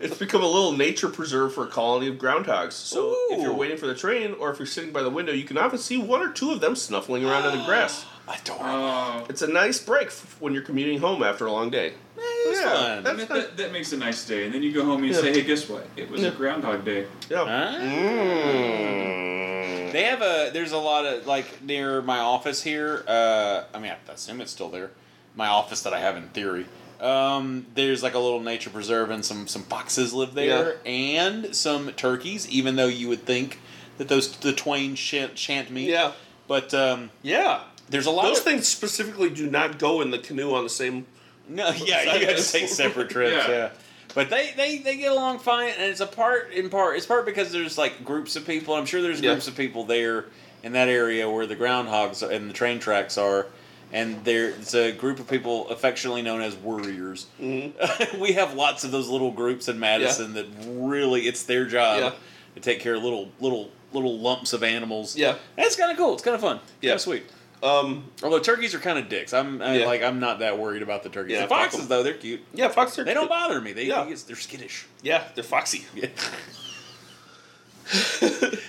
it's become a little nature preserve for a colony of groundhogs. So if
Ooh.
you're waiting for the train, or if you're sitting by the window, you can often see one or two of them snuffling around in the *gasps* grass. Uh,
Adorable.
Oh.
It's a nice break f- when you're commuting home after a long day.
It's fun.
that's
That,
not-
that, that makes a nice day. And then you go home and you
Yeah.
say, hey, guess what? It was a Groundhog Day.
yeah.
Ah.
Mm.
They have a there's a lot of like near my office here. Uh, I mean, I assume it's still there. My office that I have in theory. Um, there's like a little nature preserve and some some foxes live there and some turkeys. Even though you would think that those the twain shan't, shan't meet.
Yeah.
But um,
Yeah.
there's a lot
Those
of
things specifically do not go in the canoe on the same.
No, yeah, you have to take separate
*laughs*
trips. yeah.
Yeah.
But they, they, they get along fine, and it's a part in part. It's part because there's like groups of people. I'm sure there's
Yeah.
groups of people there in that area where the groundhogs and the train tracks are, and there it's a group of people affectionately known as worriers.
Mm-hmm.
*laughs* we have lots of those little groups in Madison that really it's their job
Yeah.
to take care of little little little lumps of animals.
Yeah.
that's kind of cool. It's kind of fun.
Yeah.
kind of sweet.
Um,
Although turkeys are kind of dicks, I'm I,
Yeah.
like I'm not that worried about the turkeys.
Yeah,
the
fuck
foxes
'em.
though, they're cute.
yeah, foxes. Are *laughs*
They don't bother me. They
Yeah.
they- they're skittish.
Yeah, they're foxy.
Yeah.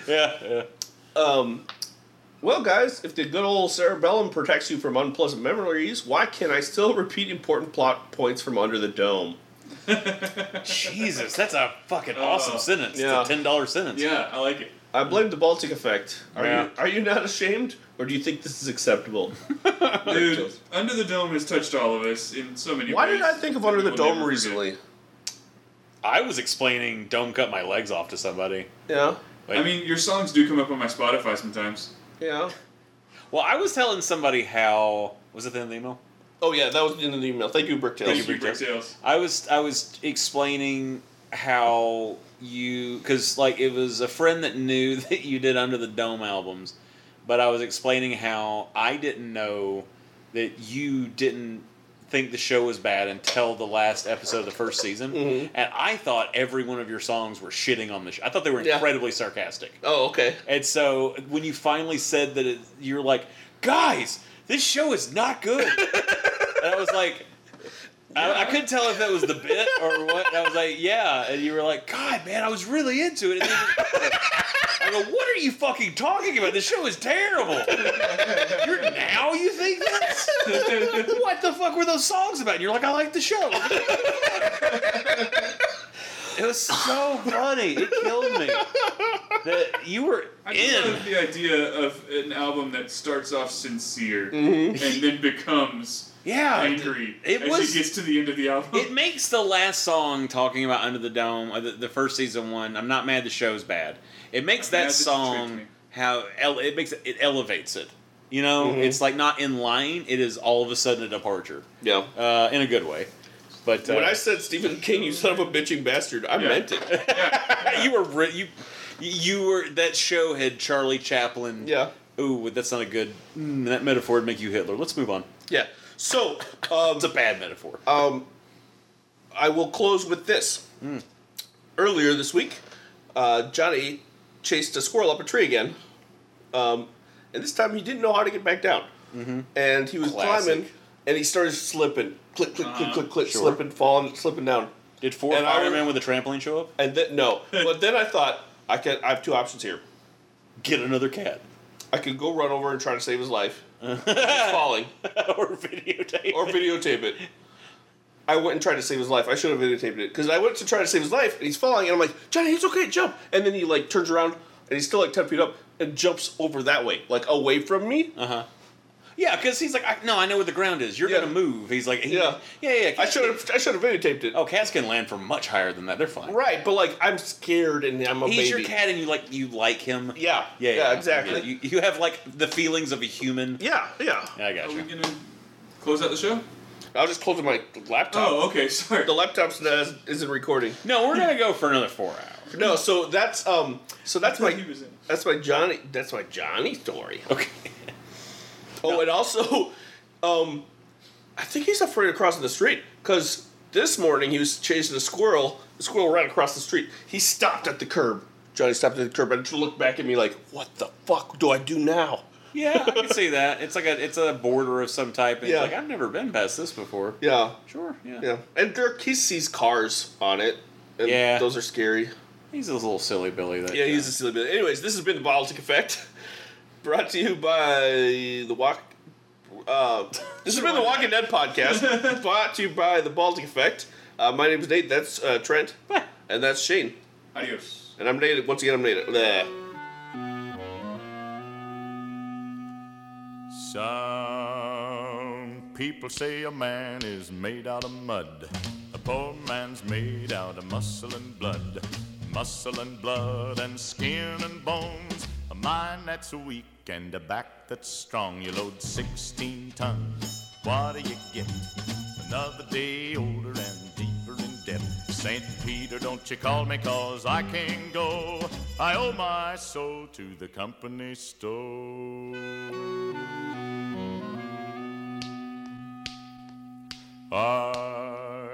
yeah, yeah.
Well, guys, if the good old cerebellum protects you from unpleasant memories, why can't I still repeat important plot points from under the dome?
Jesus, that's a fucking awesome sentence.
Uh, yeah.
It's a ten dollar sentence.
Yeah, I like it.
I blame the Baltic effect. Are
Yeah.
you are you not ashamed, or do you think this is
*laughs*
acceptable?
Dude, Under the Dome has touched all of us in so many
Why
ways.
did I think of
that
Under
we
the
will
Dome
never forget.
recently?
I was explaining "Don't cut my legs off" to somebody.
Yeah,
I mean, your songs do come up on my Spotify sometimes.
yeah.
Well, I was telling somebody how was it in the email?
Oh yeah, that was in an email. Thank you, Bricktails.
Thank you, Bricktails.
I was I was explaining how you because like it was a friend that knew *laughs* that you did Under the Dome albums, but I was explaining how I didn't know that you didn't think the show was bad until the last episode of the first season, and I thought every one of your songs were shitting on the show. I thought they were
Yeah.
incredibly sarcastic.
Oh okay.
And so when you finally said that, it, you're like, guys, this show is not good. and I was like, I, I couldn't tell if that was the bit or what. And I was like, yeah. And you were like, God, man, I was really into it. And then you- I go, what are you fucking talking about? This show is terrible. You're now you think this? what the fuck were those songs about? And you're like, I like the show. it was so funny. It killed me. That you were
I just
in.
love the idea of an album that starts off sincere
Mm-hmm.
and then becomes
Yeah,
angry
it
as
was-
he gets to the end of the album.
It makes the last song talking about Under the Dome, uh, the, the first season one. I'm not mad the show's bad. It makes
I'm
that
mad that you tricked
song
me.
how ele- it makes it, it elevates it. You know,
Mm-hmm.
it's like not in line. It is all of a sudden a departure,
Yeah.
uh, in a good way. But uh,
when I said Stephen King, you son of a bitching bastard, I meant it.
you were re- you you were that show had Charlie Chaplin.
Yeah.
Ooh, that's not a good. Mm, that metaphor would make you Hitler. Let's move on.
*laughs* Yeah. So um,
It's a bad metaphor.
Uh, I will close with this. Earlier this week, uh, Johnny chased a squirrel up a tree again, um, and this time he didn't know how to get back down. Mm-hmm. And he was
Classic.
climbing, and he started slipping, click, click, click, click, click, slipping, falling, slipping down.
Did four
and I was-
firemen with a trampoline show up?
And then no, but then I thought I can. I have two options here.
Get another cat *laughs*
I could go run over and try to save his life, He's falling,
or videotape?
or videotape it. I went and tried to save his life. I should have videotaped it because I went to try to save his life, and he's falling, and I'm like, Johnny, it's okay, jump. And then he like turns around, and he's still like ten feet up, and jumps over that way, like away from me.
Yeah, because he's like, I, no, I know where the ground is. You're
Yeah.
gonna move. He's like, he-
Yeah.
yeah, yeah.
I
cats
should
can-
have. I should have videotaped it.
Oh, cats can land from much higher than that. They're fine.
Right, but like I'm scared, and I'm a
He's
baby.
your cat, and you like you like him.
Yeah.
yeah, yeah,
Yeah, exactly.
Yeah, You, you have like the feelings of a human.
Yeah, yeah.
Yeah, I got
Are
you.
we gonna close out the show?
I'll just close my laptop.
Oh, okay. Sorry.
The laptop's not isn't recording.
No, we're
*laughs*
gonna go for another four hours.
No, so that's um, so that's my
He was in.
that's my Johnny that's my Johnny story.
Okay. *laughs*
Oh, and also, *laughs* um, I think he's afraid of crossing the street because this morning he was chasing a squirrel. The squirrel ran across the street. He stopped at the curb. Johnny stopped at the curb and looked back at me like, "What the fuck do I do now?"
Yeah, I can see that. It's like a it's a border of some type. And
Yeah.
it's like I've never been past this before.
Yeah,
Sure. Yeah.
yeah. And Dirk, he sees cars on it. And
Yeah.
those are scary.
He's a little silly Billy. That
Yeah,
guy.
he's a silly bit. Anyways, this has been the Bottletic Effect, *laughs* brought to you by the Walk. Uh, this has been the Walking Dead podcast, brought to you by the Baltic Effect. Uh, my name is Nate. That's uh, Trent, and that's Shane.
Adios.
And I'm Nate. Once again, I'm Nate. uh, Bleh.
Some people say a man is made out of mud. A poor man's made out of muscle and blood. Muscle and blood and skin and bones. A mind that's weak and a back that's strong. You load 16 tons. What do you get? Another day older and deeper in debt. St. Peter, don't you call me, cause I can't go. I owe my soul to the company store. I